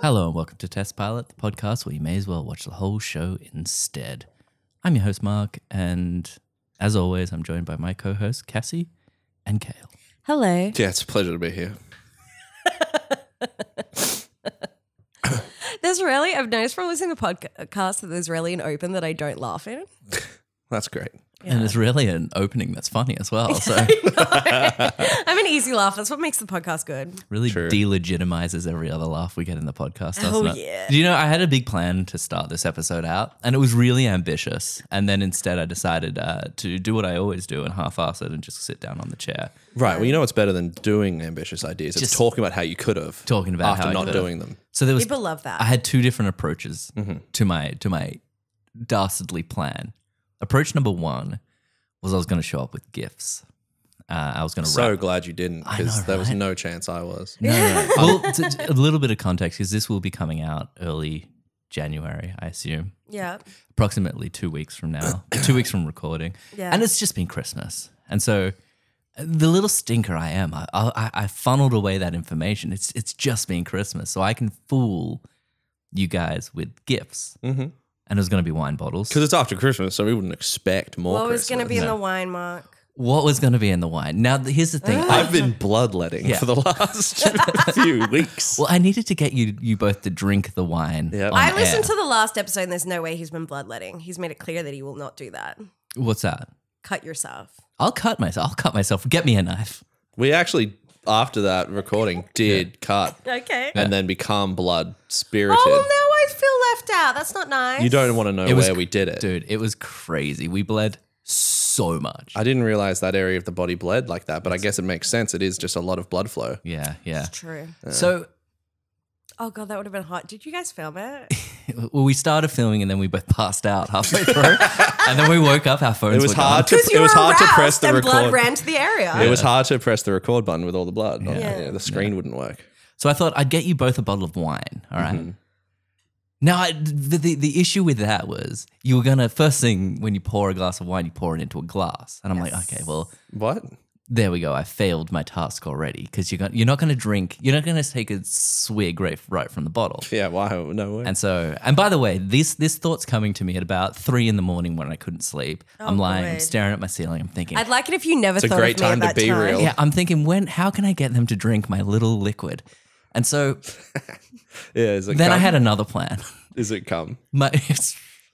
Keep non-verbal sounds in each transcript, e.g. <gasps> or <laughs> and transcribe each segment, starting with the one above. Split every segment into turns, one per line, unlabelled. Hello and welcome to Test Pilot, the podcast where you may as well watch the whole show instead. I'm your host, Mark, and as always, I'm joined by my co hosts, Cassie and Kale.
Hello.
Yeah, it's a pleasure to be here.
<laughs> There's really, I've noticed from listening to podcasts that there's really an open that I don't laugh in.
That's great.
And it's really an opening that's funny as well.
<laughs>
So
I'm an easy laugh. That's what makes the podcast good.
really
True.
delegitimizes every other laugh we get in the podcast, doesn't
Oh,
it?
yeah.
Do you know I had a big plan to start this episode out, and it was really ambitious. And then instead, I decided uh, to do what I always do and half-ass it and just sit down on the chair,
Right. Well, you know what's better than doing ambitious ideas? It's
Just-
talking about how you could have
talking about
after
how I
not
could've.
doing them.
So there was
People love that.
I had two different approaches to my to my dastardly plan. Approach number one was I was going to show up with gifts. Uh, I was going to
So glad you didn't
I
because
know,
there was
right?
no chance I was.
No,
<laughs>
no, no. well, t- t- a little bit of context because this will be coming out early January, I assume,
yeah.
approximately two weeks from now, <coughs> two weeks from recording,
Yeah.
and it's just been Christmas, and so the little stinker I am, I, I, I funneled away that information. It's it's just been Christmas, so I can fool you guys with gifts,
Because
and it was going to be wine bottles.
Mm-hmm. it's after Christmas, so we wouldn't expect more.
What was going to
Christmas.
be in the wine, Mark?
what was going to be in the wine. Now, th- here's the thing.
Ah.
I,
I've
<laughs>
been bloodletting
Yeah.
for the last <laughs> few weeks.
well, I needed to get you you both to drink the wine.
Yep.
on
I listened
air.
to the last episode and there's no way he's been bloodletting. He's made it clear that he will not do that.
What's that?
Cut yourself.
I'll cut myself. I'll cut myself. Get me a knife.
We actually, after that recording, did cut
Okay.
and then become blood spirited.
Oh, well, now I feel left out. That's not nice.
You don't want to know
It
where
was-
Oh, we did it.
Dude, it was crazy. We bled so much.
I didn't realize that area of the body bled like that, but I guess it makes sense. It is just a lot of blood flow.
yeah, yeah.
It's true.
So,
Oh, God, that would have been hot. Did you guys film it?
well, we started filming and then we both <laughs> passed out halfway through. and then we woke up, our phones
It was
were
hard
gone.
to
Because you
it was
were
hard to
aroused
press the
and blood
record.
ran to the area.
It was hard to press the record button with all the blood. on it.
Yeah.
Yeah, the screen wouldn't work.
So I thought I'd get you both a bottle of wine. All right?
Mm-hmm.
Now, I, the, the the issue with that was you were gonna first thing when you pour a glass of wine, you pour it into a glass, and I'm like, okay, well,
What?
there we go. I failed my task already because you're gonna, you're not gonna drink, you're not gonna take a swig right, right from the bottle.
Yeah, wow, no way.
And so, and by the way, this this thought's coming to me at about three in the morning when I couldn't sleep. I'm lying, I'm
good.
staring at my ceiling, I'm thinking,
I'd like it if you never
a
thought
great
of me at
time to
that
be
time.
real.
yeah, I'm thinking, when, how can I get them to drink my little liquid? And so
yeah, is it
then
cum?
I had another plan. <laughs>
is it cum?
My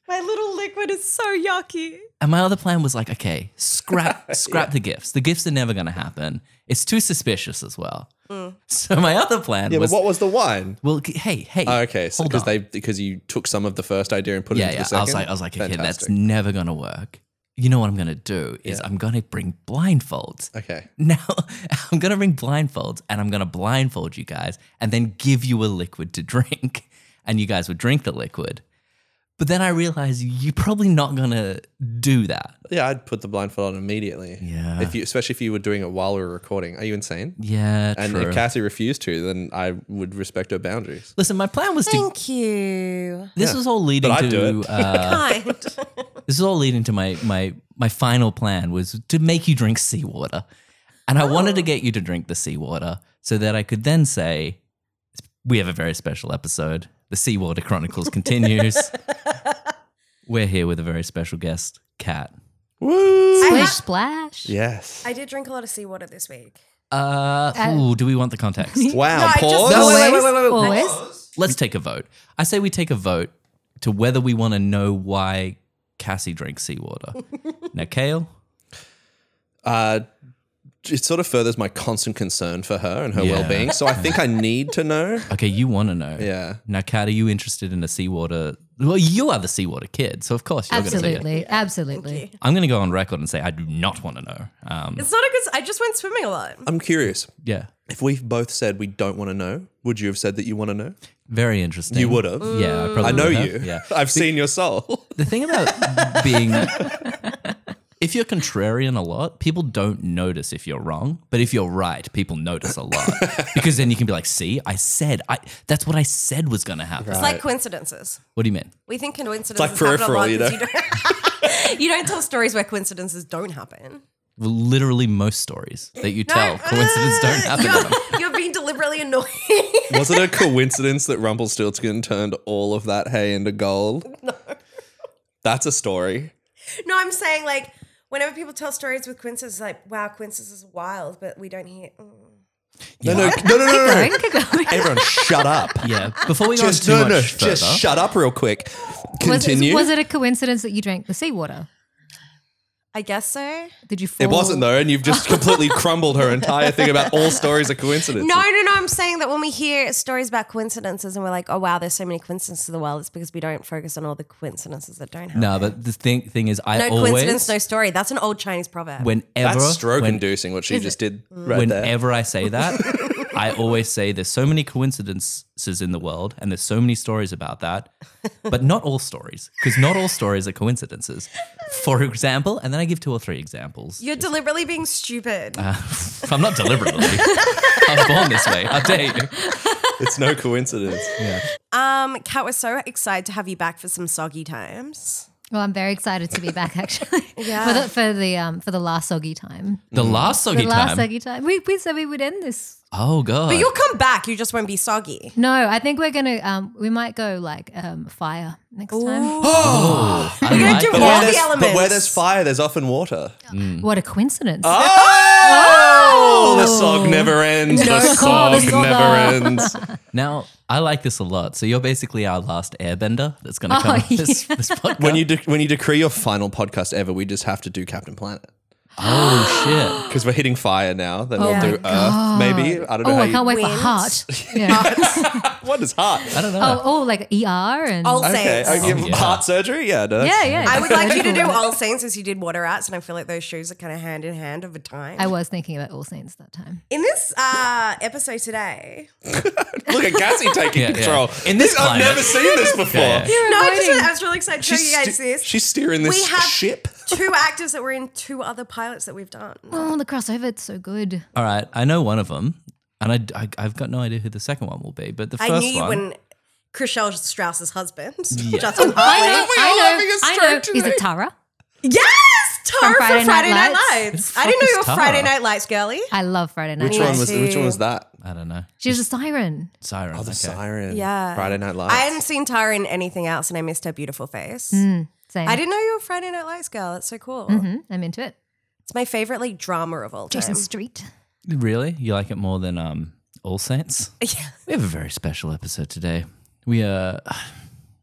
My little liquid is so yucky.
And my other plan was like, okay,
<laughs>
scrap scrap the gifts. The gifts are never going to happen. It's too suspicious as well. <laughs> So my other plan
Mm. Yeah,
was,
but what was the wine?
well, g- hey, hey,
Oh, okay, so
hold
because
on.
they because you took some of the first idea and put it
yeah,
into
yeah.
the second.
I was like, I was like, okay, that's
Fantastic.
never going to work. You know what I'm going to do is I'm going to bring blindfolds.
okay.
Now <laughs> I'm going to bring blindfolds and I'm going to blindfold you guys and then give you a liquid to <laughs> drink, and you guys would drink the liquid. But then I realized you're probably not going to do that.
Yeah, I'd put the blindfold on immediately.
Yeah.
If you, especially if you were doing it while we were recording, are you insane?
Yeah,
And
true.
if Cassie refused to, then I would respect her boundaries.
Listen, my plan was to.
Thank you.
This was all leading
But I'd do
to.
it.
Uh,
<laughs>
Kind.
this is all leading to my my my final plan was to make you drink seawater, and I wanted to get you to drink the seawater so that I could then say, "We have a very special episode. The Seawater Chronicles continues. We're here with a very special guest, Kat.
Woo!
I,
Splish
ha-
splash.
Yes.
I did drink a lot of seawater this week.
Uh, ooh, do we want the context?
wow.
I just-
pause.
No, wait, wait, wait, wait, wait.
Oh, Always.
Let's take a vote. I say we take a vote to whether we want to know why Cassie drinks seawater. now, Kale.
uh, it sort of furthers my constant concern for her and her
Yeah.
well-being. So
<laughs>
I think I need to know.
Okay, you want to know.
Yeah.
Now, Kat, are you interested in the seawater? Well, you are the seawater kid, so of course you're going to say it.
Absolutely. Absolutely.
I'm going to go on record and say I do not want to know. Um,
It's not a good. I just went swimming a lot.
I'm curious.
yeah,
If we've both said we don't want to know, would you have said that you want to know?
very interesting.
You would have.
Yeah, I probably
I know
would have.
you.
Mm. Yeah.
<laughs> I've seen
<laughs>
your soul.
The thing
<laughs>
about being, if you're contrarian a lot, people don't notice if you're wrong. But if you're right, people notice a
<laughs>
lot because then you can be like, "See, I said. I that's what I said was going to happen."
It's like coincidences.
What do you mean?
We think coincidences
like
happen a lot
peripheral, you
<laughs> 'cause
<laughs>
you don't, you don't tell stories where coincidences don't happen.
literally most stories that you
No.
tell, coincidence don't
<laughs>
happen. to them.
You're, you're being deliberately annoying. <laughs>
Was it a coincidence that Rumpelstiltskin turned all of that hay into gold? No. That's a story.
no, I'm saying like whenever people tell stories with coincidences, like wow, coincidences are wild, but we don't
<laughs>
hear. mm.
No,
<laughs>
no, no, no, no, no, no.
Keep going.
Everyone, shut <laughs> up.
Yeah. Before we go on
Just
too
no,
much
no,
further,
just shut up real quick.
Was,
Continue.
was it a coincidence that you drank the seawater?
I guess so.
Did you fall?
It wasn't though, and you've just completely crumbled her entire thing about all stories are coincidences.
No, no, no. I'm saying that when we hear stories about coincidences and we're like, oh, wow, there's so many coincidences in the world, it's because we don't focus on all the coincidences that don't happen.
no, but the thing thing is, I
No
always
coincidence, no story. That's an old Chinese proverb.
whenever
That's stroke
when-
inducing what she just did right there.
whenever I say
<laughs>
that, I always say there's so many coincidences in the world and there's so many stories about that, but not all stories, because not all stories are coincidences. For example, and then I give two or three examples.
You're deliberately being stupid.
Uh-huh.
I'm not deliberately. I was born this way. How dare you?
It's no coincidence.
um, Kat, we're so excited to have you back for some soggy times.
Well, I'm very excited to be back <laughs> actually.
Yeah.
for the for the um for the last soggy time.
Mm.
The last
The
soggy
last
time.
soggy time. We we said we would end this.
oh god.
But you'll come back. You just won't be soggy.
No, I think we're gonna um we might go like um fire
<gasps>
next time.
oh, I
gonna
like
do
that.
But,
All
where
the
there's, but where
elements.
there's fire, there's often water.
What a coincidence.
Ah, Oh, the song never ends.
No,
the song
call the song.
never ends.
Now I like this a lot. So you're basically our last airbender that's going to
Oh,
come on this,
<laughs> yeah.
this podcast.
When you de- when you decree your final podcast ever, we just have to do Captain Planet
oh shit.
because we're hitting fire now. Then we'll
my
do Earth, maybe. I don't know
Oh,
how
I can't
you-
wait for
Wind.
<laughs>
<laughs> heart. Yeah.
what is heart.
I don't know.
oh, oh, like ER and
All
Okay,
Saints.
okay,
yeah.
heart surgery. Yeah, no,
yeah, yeah.
I would like you to do All Saints as you did Water Rats, and I feel like those shows are kind of hand in hand over time.
I was thinking about All Saints that time.
in this uh, episode today,
Look at Cassie taking
Yeah, yeah.
control.
In this
I've
climate.
never seen this before.
Yeah, yeah.
no, I,
writing.
just, I was really excited to show you guys
ste-
this.
she's steering this
We have-
ship.
two actors that were in two other pilots that we've done.
Oh, the crossover, it's so good.
All right, I know one of them, and I, I have got no idea who the second one will be. But the first
I knew you
one,
wouldn't. Chriselle Strauss's husband,
Yeah.
Justin Hartley.
I know. Is it Tara?
Yes, Tara from Friday, Night, Lights.
It's
I didn't know
fucking
you were
Tara.
Friday Night Lights girly.
I love Friday Night
Which
Lights.
one was? Which one was that?
I don't know.
She was a siren.
Siren.
Oh, the
okay.
siren.
Yeah.
Friday Night Lights.
I hadn't seen Tara in anything else, and I missed her beautiful face.
Same.
I didn't know you were a Friday Night Lights girl. That's so cool.
Hmm, I'm into it.
It's my favorite like drama of all time. <laughs>
Jason Street.
Really, you like it more than um All
<laughs>
Saints?
Yeah.
We have a very special episode today. We uh <sighs>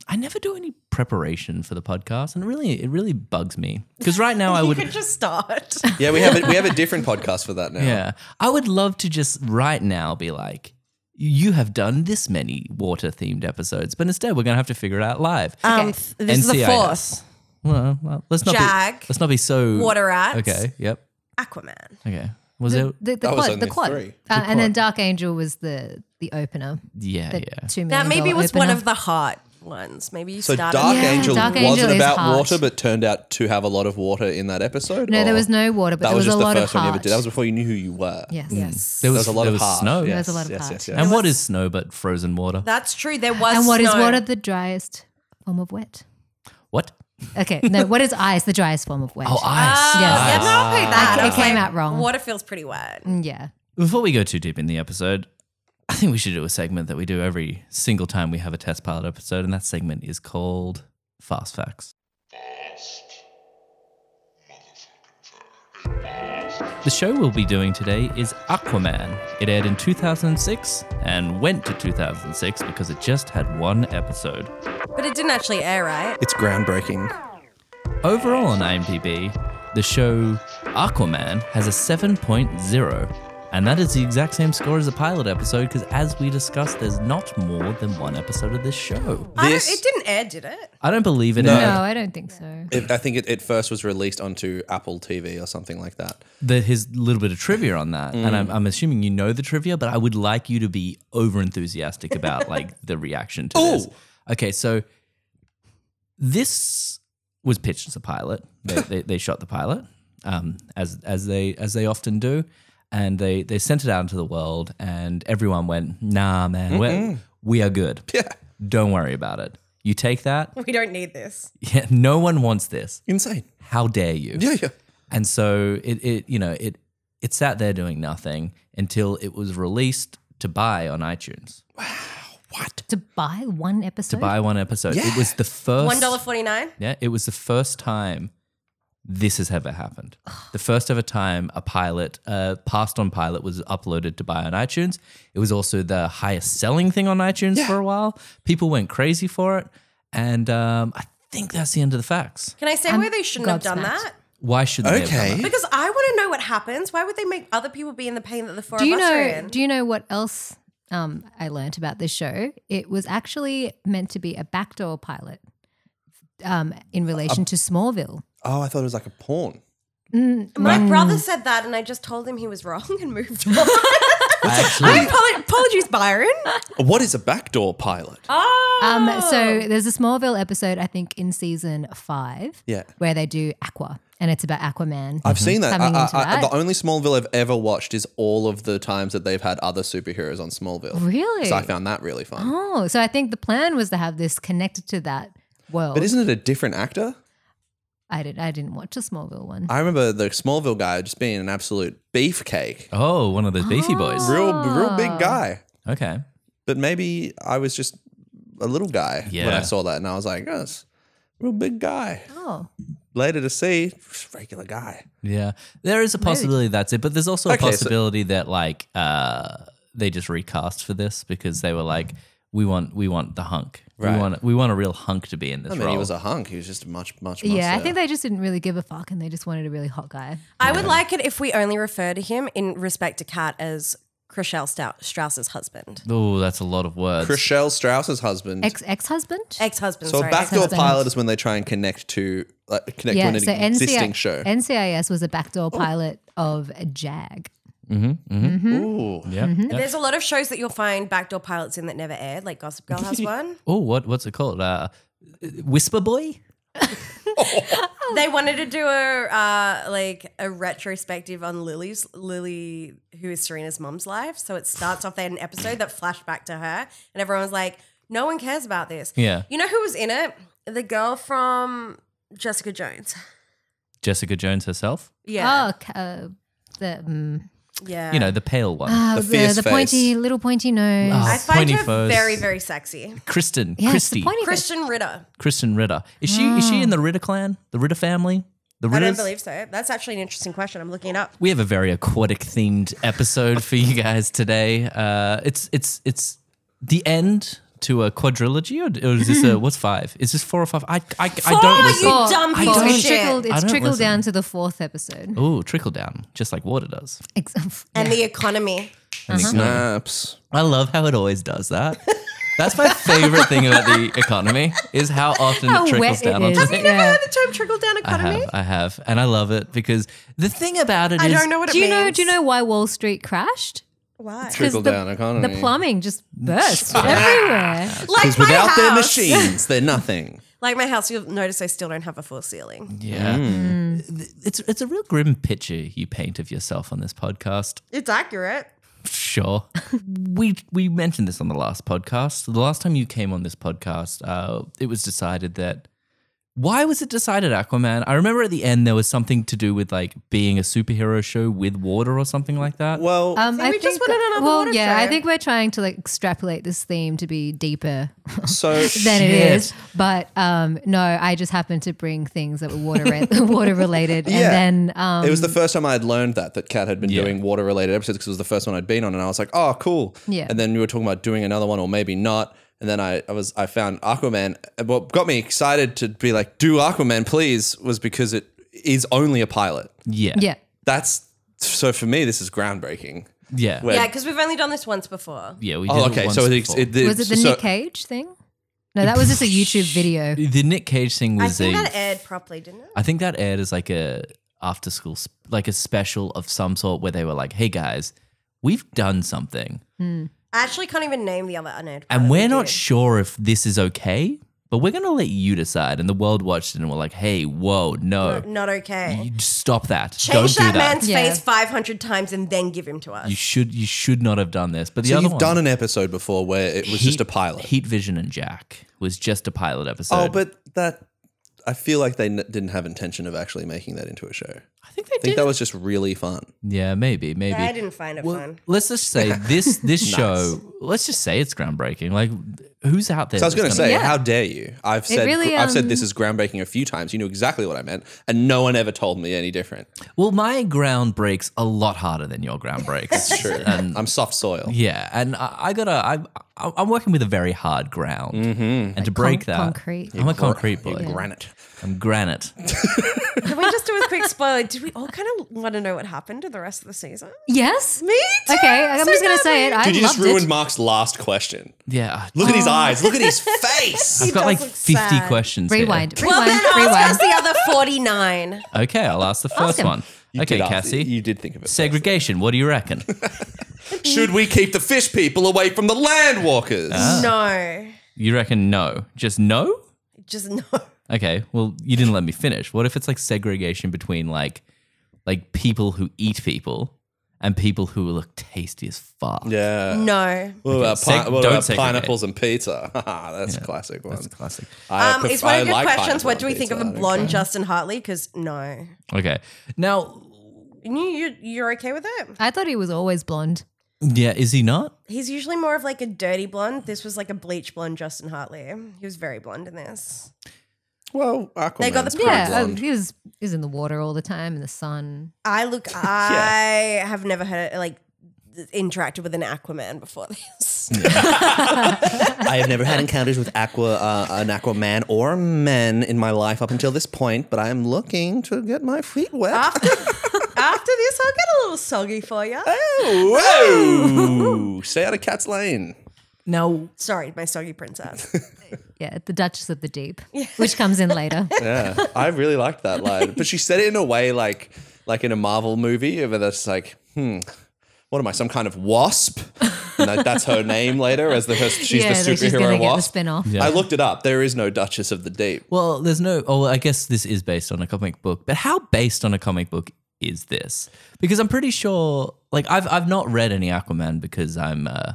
I never do any preparation for the podcast, and really, it really bugs me because right now I
<laughs> You
would.
could just start.
yeah, we have a, we have a different podcast for that
<laughs>
now.
Yeah. I would love to just right now be like, you have done this many water themed episodes, but instead we're going to have to figure it out live.
Um, this is the
NCIS.
fourth.
Well, well, let's not
Jag.
be let's not be so
Water rats.
Okay, yep.
Aquaman.
Okay. Was it
The, the
That was
quad. The
only
quad.
three.
Uh, and then Dark Angel was the the opener.
Yeah,
The
yeah.
two
That
million
maybe
dollar
was one
opener.
of the hot ones. Maybe you
So
started.
Dark
Yeah,
Angel
Dark
wasn't
Angel is
about
hard.
water, but turned out to have a lot of water in that episode.
No, there
or-
was no water, but
That
there
was
was,
just
a
the
lot of
first one you
heart.
ever did. That was Mm. before you knew who you were.
yes.
There
There
was,
was a lot
there
of heart.
snow.
Yes,
There was a lot of
yes,
heart.
yes, yes.
And what is snow but frozen water?
That's true. There was.
And what is
snow.
water? The driest form of wet.
What?
Okay. No, what is ice? The driest
<laughs>
form of wet.
Oh, ice.
Oh,
Ah, Yes.
yeah, no, I played that.
I-
I
it
was
came out wrong.
Water feels pretty wet.
Mm, Yeah.
Before we go too deep in the episode, I think we should do a segment that we do every single time we have a test pilot episode, and that segment is called Fast Facts. The show we'll be doing today is Aquaman. It aired in 2006 and went to 2006 because it just had one episode.
But it didn't actually air, right?
It's groundbreaking.
Overall on IMDb, the show Aquaman has a 7.0, and that is the exact same score as the pilot episode because, as we discussed, there's not more than one episode of this show.
I don't,
This-
it didn't air, did it? <laughs>
I don't believe it.
No,
aired.
I don't think so.
It, I think it, it first was released onto Apple TV or something like that.
The, his little bit of trivia on that, and
Mm.
I'm, I'm assuming you know the trivia, but I would like you to be over enthusiastic
<laughs>
about like the reaction to this.
Ooh.
Okay, so this was pitched as a pilot. They, they, they shot the pilot, um, as as they as they often do, and they they sent it out into the world, and everyone went, "Nah, man, we're, we are good.
Yeah.
Don't worry about it. You take that. <laughs>
We don't need this.
Yeah, no one wants this.
Insane.
How dare you?"
<laughs> Yeah, yeah.
And so it, it you know, it it sat there doing nothing until it was released to buy on iTunes.
What?
To buy one episode?
To buy one episode. It was the first
One dollar forty nine.
Yeah, it was the first time this has ever happened. The first ever time a pilot, uh, passed on pilot, was uploaded to buy on iTunes. It was also the highest selling thing on iTunes for a while. People went crazy for it, and um, I think that's the end of the facts.
Can I say why they shouldn't have done
gobsmacked.
that?
Why should they? have done
Okay.
that?
Because I want to know what happens. Why would they make other people be in the pain that the four
do you
of us are
know
in?
do you know what else um, I learnt about this show? It was actually meant to be a backdoor pilot um, in relation to Smallville.
Oh, I thought it was like a porn.
My brother said that, and I just told him he was wrong and moved
<laughs>
on.
I
I
actually,
apolo- apologies, Byron.
What is a backdoor pilot?
Oh,
Um, so there's a Smallville episode I think in season five
Yeah.
where they do Aqua and it's about Aquaman.
I've seen that. I,
Coming
I,
into
I-
that.
The only Smallville I've ever watched is all of the times that they've had other superheroes on Smallville.
Really?
So I found that really fun.
oh, so I think the plan was to have this connected to that world.
But isn't it a different actor?
I didn't. I didn't watch a Smallville one.
I remember the Smallville guy just being an absolute beefcake.
oh, one of those beefy boys.
Real, real
Ah.
big guy.
Okay,
But maybe I was just a little guy when
Yeah.
I saw that, and I was like, oh, that's a real big guy.
oh,
Later to see, just a regular guy.
yeah, there is a possibility that's it, but there's also a
Okay, so-
possibility that like uh, they just recast for this because they were like, we want we want the hunk.
Right.
We want we want a real hunk to be in this
I mean,
role.
he was a hunk. He was just much, much. uh,
yeah. I
muscular.
think they just didn't really give a fuck, and they just wanted a really hot guy.
I would like it if we only refer to him in respect to Kat as Chriselle Stout- Strauss's husband,
Oh, that's a lot of words.
Chriselle Strauss's husband.
Ex ex husband.
ex-husband.
so
sorry,
<laughs>
a backdoor
ex-husband.
pilot is when they try and connect to like, connect to an existing show.
NCIS was a backdoor pilot of JAG.
hmm?
Ooh.
Uh-huh.
Yeah.
Mm-hmm.
There's a lot of shows that you'll find backdoor pilots in that never aired, like Gossip Girl
<laughs>
has one.
Oh, what what's it called? Uh, Whisper Boy.
They wanted to do a uh, like a retrospective on Lily's Lily, who is Serena's mom's life. So it starts off they had an episode that flashed back to her, and everyone was like, "No one cares about this."
Yeah.
You know who was in it? The girl from Jessica Jones.
Jessica Jones herself.
Yeah,
Oh, ca- uh, the mm,
yeah.
You know, the pale one.
uh,
The
the,
fierce
the
face.
pointy little pointy nose.
Oh,
I find
pointy
her
foes.
very, very sexy.
Kristen.
yeah, it's
Christy.
the Ah. pointy face.
Christian Ritter.
Kristen Ritter. Is she is she in the Ritter clan? The Ritter family? The Ritters?
I don't believe so. That's actually an interesting question. I'm looking it up.
we have a very aquatic themed episode for you guys today. Uh, it's it's it's the end to a quadrilogy, or, or is this a what's five? Is this four or five? I I, I don't
Mm-hmm. Four,
listen.
Oh, you dumb
I
piece
don't-
of
it's
shit.
trickled,
I
it's
don't
trickled
listen.
down to the fourth episode. <laughs>
Ooh, trickle down, just like water does.
Ex- oh,
And the economy.
Snaps.
I love how it always does that. That's my favorite thing about
<laughs>
the economy is how often
How
it trickles
wet it
down onto
is.
the
Yeah.
The term trickle down
I
economy.
have, I have, and I love it because the thing about it
I
is
don't know what it
do you
means.
know? Do you know why Wall Street crashed?
why?
Trickle
the-
down
The
economy.
plumbing
<laughs>
just burst everywhere.
Like my
Without
house.
their machines, they're nothing.
Like my house, you'll notice I still don't have a full ceiling.
yeah,
Mm.
Th- it's it's a real grim picture you paint of yourself on this podcast.
It's accurate. <laughs>
Sure, we we mentioned this on the last podcast. The last time you came on this podcast, uh, it was decided that. Why was it decided Aquaman? I remember at the end there was something to do with like being a superhero show with water or something like that.
Well,
Um,
See, we just wanted another
well,
water
yeah,
show.
I think we're trying to like extrapolate this theme to be deeper
<laughs>
so
than
Shit.
it is. But um, no, I just happened to bring things that were water re- <laughs> water related,
Yeah.
and then um,
it was the first time I had learned that that Kat had been
Yeah.
doing water related episodes because it was the first one I'd been on, and I was like, oh, cool.
Yeah.
And then we were talking about doing another one or maybe not. And then I, I was I found Aquaman. And What got me excited to be like, do Aquaman, please, was because it is only a pilot.
yeah,
yeah.
That's so for me, this is groundbreaking.
yeah,
Where-
Yeah, because we've only done this once before.
yeah. We did
oh, okay.
It
So
once
it's
before.
it, it,
Was it the
so,
Nick Cage thing? No, that was just a YouTube video.
the Nick Cage thing
I
was
think
a
that aired properly, didn't it?
I think that aired as like a after school, sp- like a special of some sort where they were like, hey guys, we've done something
I actually can't even name the other unaired.
and
pilot we
we're not
did.
sure if this is okay, but we're going to let you decide. And the world watched it and were like, hey, whoa, no,
not okay.
you stop that. Don't
Change
do
that,
that.
man's
Yeah.
face 500 times and then give him to us.
you should you should not have done this. But the
so
other
you've
one,
done an episode before where it was just a pilot.
Heat Vision and Jack was just a pilot episode.
oh, but that I feel like they n- didn't have intention of actually making that into a show. I
I think they
think
did.
that was just really fun.
yeah, maybe, maybe.
I didn't find it
Well,
fun.
let's just say
<laughs>
this this show. Let's just say it's groundbreaking. Like, who's out there?
So I was
that's
going to say,
Yeah.
how dare you? I've said
really,
I've said
um,
this is groundbreaking a few times. You knew exactly what I meant, and no one ever told me any different.
Well, my ground breaks a lot harder than your ground breaks.
<laughs>
It's true.
And
<laughs> I'm soft soil.
yeah, and I, I gotta. I, I, I'm working with a very hard ground, and to break
Conc-
that,
concrete.
I'm a concrete boy.
Mm-hmm. You're granite.
I'm granite.
Can we just do a quick spoiler? Did we all kind of want to know what happened to the rest of the season?
Yes.
Me too.
Okay, I'm
So
just gonna say it.
badly.
I
Dude, you
loved
just ruined
it.
Mark's last question.
Yeah,
Look at his eyes. Look at
<laughs>
his face.
I've got
does
like
look
50
sad.
questions. here.
rewind. Rewind.
Well, then ask us
rewind.
the other 49.
Okay, I'll ask the first
him.
one.
You
okay,
did ask-
Cassie.
you did think of it.
Segregation. What do you
<laughs>
reckon?
Should we keep the fish people away from the land walkers?
No.
you reckon no? Just no?
Just no.
Okay. Well, you didn't let me finish. What if it's like segregation between like like people who eat people and people who look tasty as fuck?
yeah.
Mm. No.
What about,
Okay,
pi-
seg-
what
don't
about
segregate.
pineapples and pizza? <laughs> That's a classic one.
That's a classic.
I
Um,
pref-
it's one
I
of your
like
questions.
pineapple
What do we
on
think of a
pizza. I don't
blonde
care.
Justin Hartley? Because no.
Okay. Now,
You, you, you're okay with it?
I thought he was always blonde.
yeah, is he not?
He's usually more of like a dirty blonde. This was like a bleach blonde Justin Hartley. He was very blonde in this.
Well, Aquaman's
They got the-
pretty
yeah,
blonde.
<laughs>
I- he was he was in the water all the time in the sun.
I
<laughs>
look, I have never heard like interacted with an Aquaman before this.
I have never had encounters with aqua, uh, an aquaman or men in my life up until this point, but I am looking to get my feet wet.
After, <laughs> after this, I'll get a little soggy for you.
Oh, whoa! Stay out of Cat's Lane.
Now,
Sorry, my soggy princess.
Yeah, the Duchess of the Deep, which comes
<laughs>
in later.
Yeah, I really liked that line, but she said it in a way like, like in a Marvel movie, where that's like, hmm, what am I, some kind of wasp? And like, that's her name later, as the her, she's
yeah,
the
that she's gonna
superhero
get the
wasp.
spin off.
Yeah.
I looked it up. There is no Duchess of the Deep.
well, there's no oh, I guess this is based on a comic book. But how based on a comic book is this? Because I'm pretty sure like I've I've not read any Aquaman because I'm uh,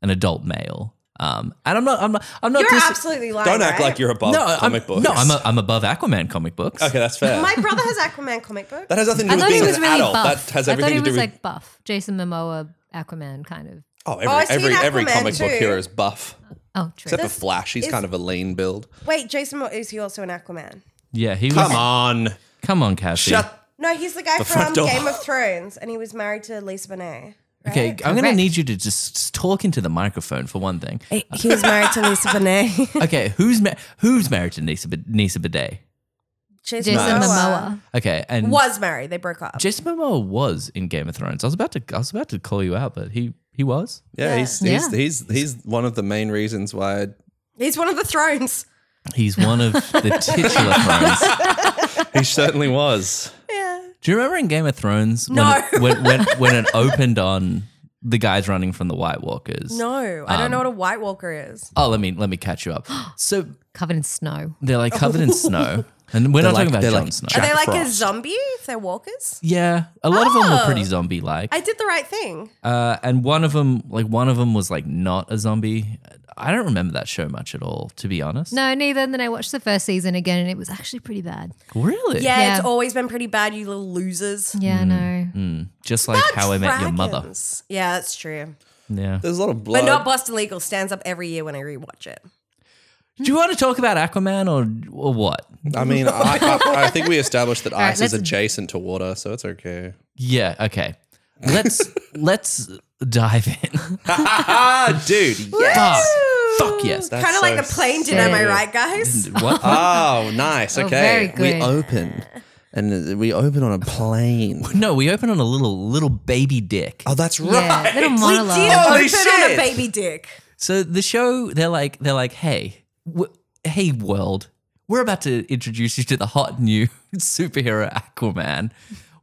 an adult male. Um, and I'm not I'm not I'm not
You're
dis-
absolutely lying.
Don't act
right?
like you're above
I'm-
comic books.
No, I'm, a, I'm above Aquaman comic books.
okay, that's fair.
My brother
<laughs>
has Aquaman comic book.
That has nothing to
I
do with
thought he
being
was
an
really
adult.
buff.
That has
I thought
everything
he
to
was
do with
like buff. Jason Momoa, Aquaman, kind of.
oh,
Oh, I've
every
seen
every, every
Aquaman
comic book
too.
hero is buff
Oh, true.
except for Flash. He's kind of a lean build.
Wait, Jason Moore, is he also an Aquaman?
Yeah, he was.
Come on,
Come on, Cassie.
shut.
No, he's the guy from
front door.
Game of Thrones, and he was married to Lisa Bonet. Right?
Okay, I'm going to
Correct.
need you to just talk into the microphone for one thing.
He was married to Lisa Bonet. <laughs>
Okay, who's ma- who's married to Nisa Bid- Nisa Bidet?
Jason,
Jason
Momoa
Momoa.
Okay, and
was married. They broke up.
Jason Momoa was in Game of Thrones. I was about to I was about to call you out, but he he was.
Yeah, He's,
Yeah.
he's he's he's one of the main reasons why. I'd-
He's one of the thrones.
He's one of <laughs> the titular thrones.
He certainly was.
Yeah.
Do you remember in Game of Thrones when
No.
it, when, when when it opened on the guys running from the White Walkers?
No, I don't know what a White Walker is.
Oh, let me let me catch you up. So
Covered in snow.
they're like covered
<laughs>
in snow, and we're not
like-
talking about
they're
Jon
like
Snow.
Are they like a
Frost.
zombie if they're walkers?
Yeah, a lot of them were
Oh.
pretty zombie-like,
I did the right thing.
uh, and one of them, like one of them, was like not a zombie. I don't remember that show much at all, to be honest.
No, neither. And then I watched the first season again, and it was actually pretty bad.
Really?
Yeah,
Yeah.
it's always been pretty bad, you little losers.
Yeah, no.
Mm, just like How I Met Your Mother.
Dragons. Yeah, that's true.
Yeah.
There's a lot of blood.
But not Boston Legal stands up every year when I rewatch it.
Do you want to talk about Aquaman or or what?
I mean, I, I, I think we established
<laughs>
that
right,
ice is
let's-
adjacent to water, so it's okay.
Yeah. Okay. Let's let's dive in.
ah, <laughs> dude. Yeah.
Fuck. Fuck yes.
That's
Kind of like
so
the plane dinner, am I
sick.
right,
<laughs>
guys?
What?
Oh, nice. Okay.
very good.
We open, and we open on a plane.
no, we open on a little little baby dick.
Oh, that's right.
Yeah, little monologue.
Did
Holy
open on a
shit.
baby dick.
So the show, they're like, they're like, hey, w- hey world, we're about to introduce you to the hot new <laughs> superhero Aquaman.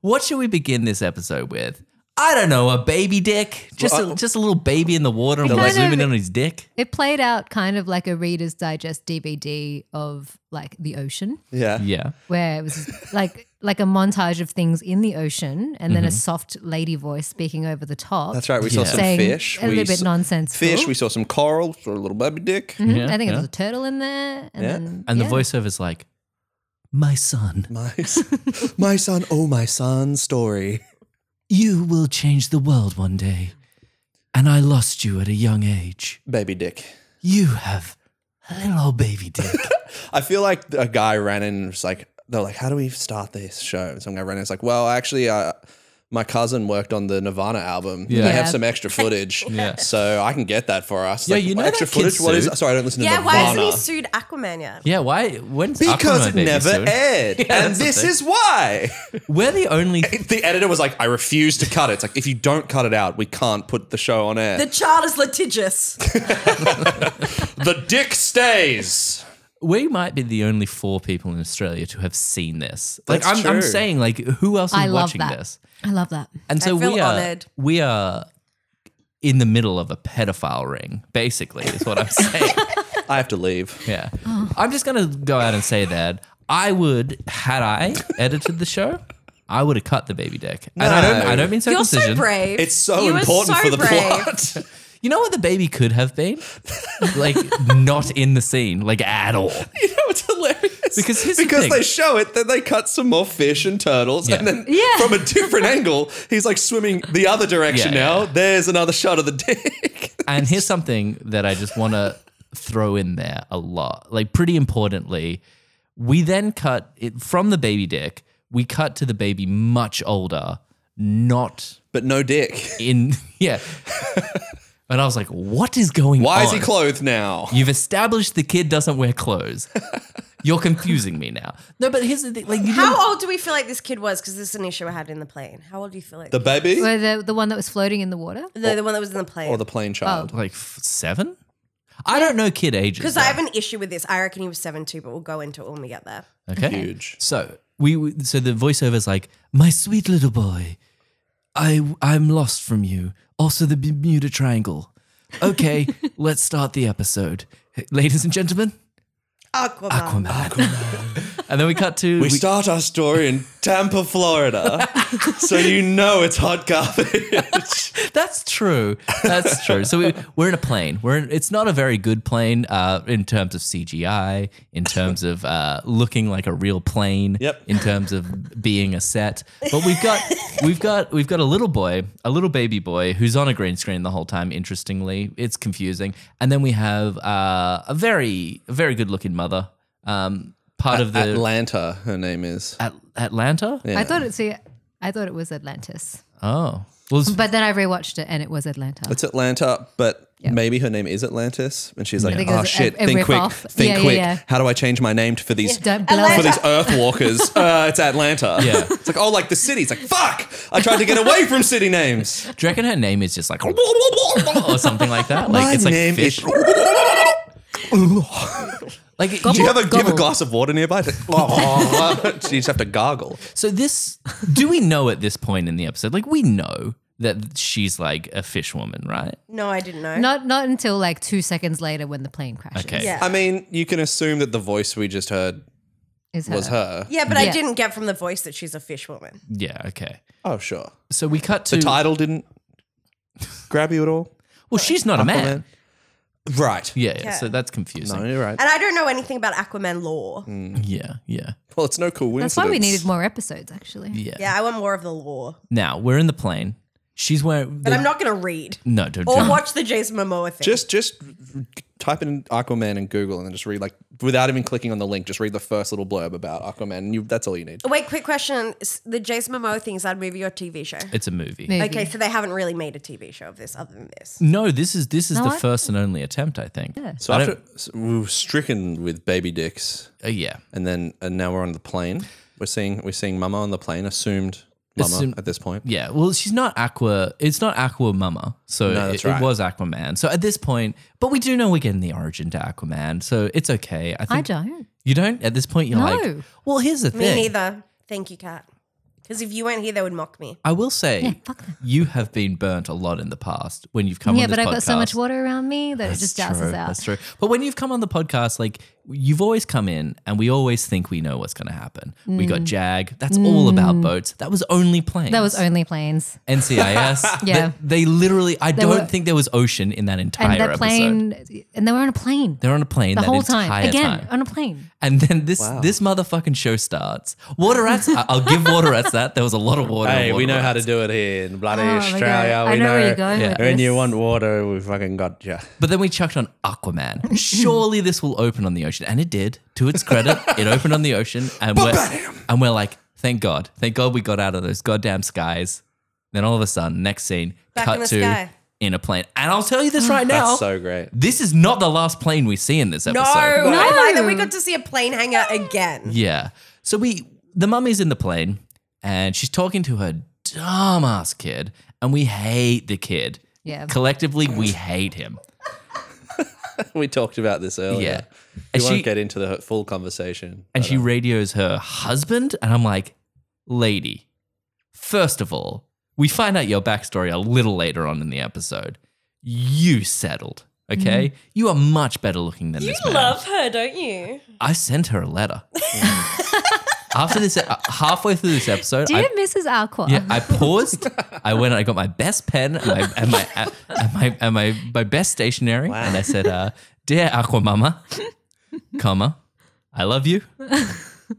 What should we begin this episode with? I don't know, a baby dick, just a, just a little baby in the water, and we're
kind
zooming
of-
in on his dick.
It played out kind of like a Reader's Digest DVD of like the ocean,
<laughs> Yeah.
Yeah,
where it was <laughs> like like a montage of things in the ocean, and
Mm-hmm.
then a soft lady voice speaking over the top.
That's right. We saw
Yeah.
some
Saying
fish.
a little
we
bit
saw-
nonsensical.
Fish. We saw some coral. Saw a little baby dick.
Mhm.
Yeah,
I think
yeah.
there was a turtle in there, and
Yeah.
then
and
yeah.
the voiceover's like, my son,
My, s- <laughs> my son, oh my son story.
you will change the world one day. And I lost you at a young age.
Baby dick.
You have a little old baby dick.
I feel like a guy ran in and was like, they're like, how do we start this show? Some guy ran in and was like, well, actually, uh, my cousin worked on the Nirvana album.
Yeah.
They have
Yeah.
some extra footage.
<laughs> Yeah.
So I can get that for us.
Yeah, you know that
extra
kid
footage? What is
sued.
Sorry, I don't listen to
Yeah, why hasn't
Nirvana.
he sued Aquaman yet?
<laughs> yeah, why? When's
because
Aquaman
it
baby
never
soon? <laughs>
aired. and
that's the
this
thing.
is why.
We're the only
the editor was like, I refuse to cut it. It's like, if you don't cut it out, we can't put the show on air.
The child is litigious.
the dick stays.
we might be the only four people in Australia to have seen this. Like I'm,
That's
I'm
true.
saying, like who else is
I love
watching
that.
this?
I love that.
And so
feel
we are
honoured.
we are in the middle of a pedophile ring, basically, is what I'm <laughs> saying.
I have
<laughs>
to leave.
yeah,
Oh.
I'm just gonna go out and say that I would had I edited the show, I would have cut the baby dick. And I don't, I don't mean
You're so
circumcision.
brave.
It's so
You are
important
so
for the
brave.
plot. <laughs>
you know what the baby could have been, like not in the scene, like at all.
<laughs>
You know, it's hilarious.
Because here's the
because
thing.
they show it, then they cut some more fish and turtles, and
Yeah.
then
Yeah.
from a different angle, he's like swimming the other direction
Yeah,
now.
yeah.
There's another shot of the dick. <laughs>
And here's something that I just want to throw in there a lot. Like, pretty importantly, we then cut it from the baby dick, we cut to the baby much older, not
but no dick.
in, <laughs> yeah. And I was like, what is going on?
Why is he clothed now?
You've established the kid doesn't wear clothes. You're confusing me now. No, but here's the thing. Like, you didn't-
<laughs> How old do we feel like this kid was? Because this is an issue I had in the plane. How old do you feel like
The baby
Or the the one that was floating in the water.
the, the one that was in the plane?
or the <laughs>
oh.
plain child?
like f- seven? I don't know kid ages.
Because
though.
I have an issue with this. I reckon he was seven too, but we'll go into it when we get there.
Okay.
Huge.
So we we- so the voiceover's like, "My sweet little boy, I I'm lost from you. Also the Bermuda Triangle. Okay, let's start the episode, ladies and gentlemen.
Aquaman.
Aquaman. <laughs> and then we cut to
We start our story in Tampa,
<laughs>
Florida, so you know it's hot garbage.
That's true. That's true. So we, we're in a plane. We're in, it's not a very good plane uh, in terms of CGI, in terms of uh, looking like a real plane,
Yep.
in terms of being a set. But we've got we've got we've got a little boy, a little baby boy who's on a green screen the whole time. Interestingly, it's confusing. And then we have uh, a very a very good looking mother, um, part of the
Atlanta, her name is.
At- Atlanta.
I thought it. See, I thought it was Atlantis,
Oh, well, it's-
but then I rewatched it and it was Atlanta.
It's Atlanta, but maybe her name is Atlantis, and she's like,
think it
"Oh
was a-
shit,
a
think quick,
rip-off.
think
Yeah, yeah,
quick.
yeah.
How do I change my name for these
Don't blow
for
it.
these
<laughs>
Earthwalkers? uh, it's Atlanta.
Yeah.
it's like oh, like the city. It's like fuck. I tried to get away from city names.
do you reckon her name is just <laughs> like <laughs> or something like that? Like
my
it's like
name
fish.
is. Do
Like you
you
have
have a, do you have a glass of water
<laughs>
nearby? It's like, <laughs> oh, you just have to gargle.
so this <laughs> do we know at this point in the episode? Like we know that she's like a fish woman, right?
No, I didn't know.
not not until like two seconds later when the plane crashes.
Okay.
Yeah.
I mean, you can assume that the voice we just heard
is her.
was her.
yeah, but I
Yeah.
didn't get from the voice that she's a fish woman.
Yeah, okay.
Oh, sure.
So we cut to
The title didn't grab you at all,
Well, she's not a man.
right?
Yeah, yeah,
Yeah.
so that's confusing.
No, you're right.
And I don't know anything about Aquaman lore.
Yeah, yeah.
Well, it's no coincidence.
That's why we needed more episodes, actually.
Yeah.
Yeah, I want more of the lore.
Now, we're in the plane. She's wearing
But I'm not going to
<laughs>
read
No, don't
or
don't.
watch the Jason Momoa thing.
Just just type in Aquaman in Google and then just read like without even clicking on the link, just read the first little blurb about Aquaman. And you, that's all you need.
Oh, Wait, quick question. S- The Jason Momoa thing, is that a movie or TV show?
It's a movie.
Maybe.
Okay, so they haven't really made a TV show of this other than this.
No, this is this is
No,
the
I-
first and only attempt, I think. Yeah.
So after so we were stricken with baby dicks,
Uh, yeah.
and then and now we're on the plane. We're seeing we're seeing Mama on the plane. Assumed Mama
Assume-
at this point.
Yeah, well, she's not Aqua. It's not Aqua Mama, so
No,
it,
that's
it
right.
was Aquaman. So at this point, but we do know we're getting the origin to Aquaman, so it's okay. I think
I don't.
you don't at this point. You're
No.
like, well, here's the
Me
thing.
neither. Thank you, Kat. Because if you weren't here, they would mock me.
I will say,
fuck them.
you have been burnt a lot in the past when you've come.
Yeah,
on this
but I've got so
podcast.
much water around me that it
That's
just douses
true,
out.
That's true. But when you've come on the podcast, like you've always come in and we always think we know what's going to happen. We got JAG. That's all about boats. That was only planes.
Mm. That was only planes.
NCIS.
<laughs> Yeah.
They, they literally, I don't
were-
think there was ocean in that entire
And the
episode.
plane, and they were on a plane
They're on a plane
the
that
whole
entire
time. Again,
time.
on a plane.
And then this
Wow.
this motherfucking show starts. Water rats. I- I'll give water rats that. There was a lot of water. in
Hey, we
Water
know how to
Rats.
do it here in bloody
Oh my God.
Australia.
I
We
know where you're going with
When you
this.
want water, we fucking got
<laughs>
you.
But then we chucked on Aquaman. Surely this will open on the ocean, and it did. To its
<laughs>
credit, it opened on the ocean, and we're and we're like, thank God, thank God we got out of those goddamn skies. Then all of a sudden, next scene,
Back
cut
in the
to
sky.
in a plane, and I'll tell you this right now.
That's so great. <laughs>
this is not the last plane we see in this
No,
episode.
I like that we got to see a plane hangar again.
Yeah. So we the mummy's in the plane and she's talking to her dumb ass kid, and we hate the kid.
Yeah.
Collectively, we hate him.
We talked about this earlier.
Yeah.
We
And
Oh, won't
she
get into the full conversation.
and she radios her husband, and I'm like, lady, first of all, we find out your backstory a little later on in the episode. You settled, okay? You are much better looking than this man.
her, don't you?
I sent her a letter. After this, uh, halfway through this episode, I
Dear Mrs. Alcor.
Yeah, I paused. I went. and I got my best pen and my and my uh, and my, and my, my best stationery, and I said, uh, "Dear Aquamama, comma, I love you."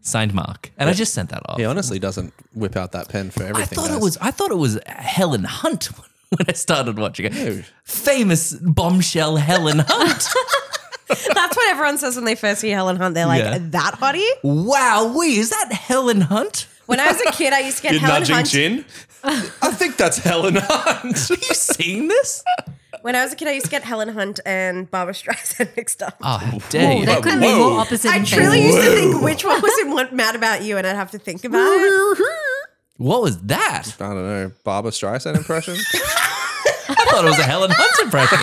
Signed, Mark. And I just sent that off.
He honestly doesn't whip out that pen for
I
everything.
thought it
guys.
was. I thought it was Helen Hunt <laughs> when I started watching it. Famous bombshell Helen Hunt.
<laughs> That's what everyone says when they first see Helen Hunt. They're like,
Yeah.
that hottie?
wow, we is that Helen Hunt? <laughs>
When I was a kid, I used to get Helen Hunt.
Jin. I think that's Helen Hunt.
Have you seen this?
When I was a kid, I used to get Helen Hunt and Barbara Streisand <laughs> mixed up.
Oh, how dare you?
That couldn't be
Whoa.
more opposite.
I
than
truly
faces.
used to think which one was in what Mad About You, and I'd have to think about it.
What was that?
I don't know. Barbara Streisand <laughs> impression?
I thought it was a Helen Hunt impression.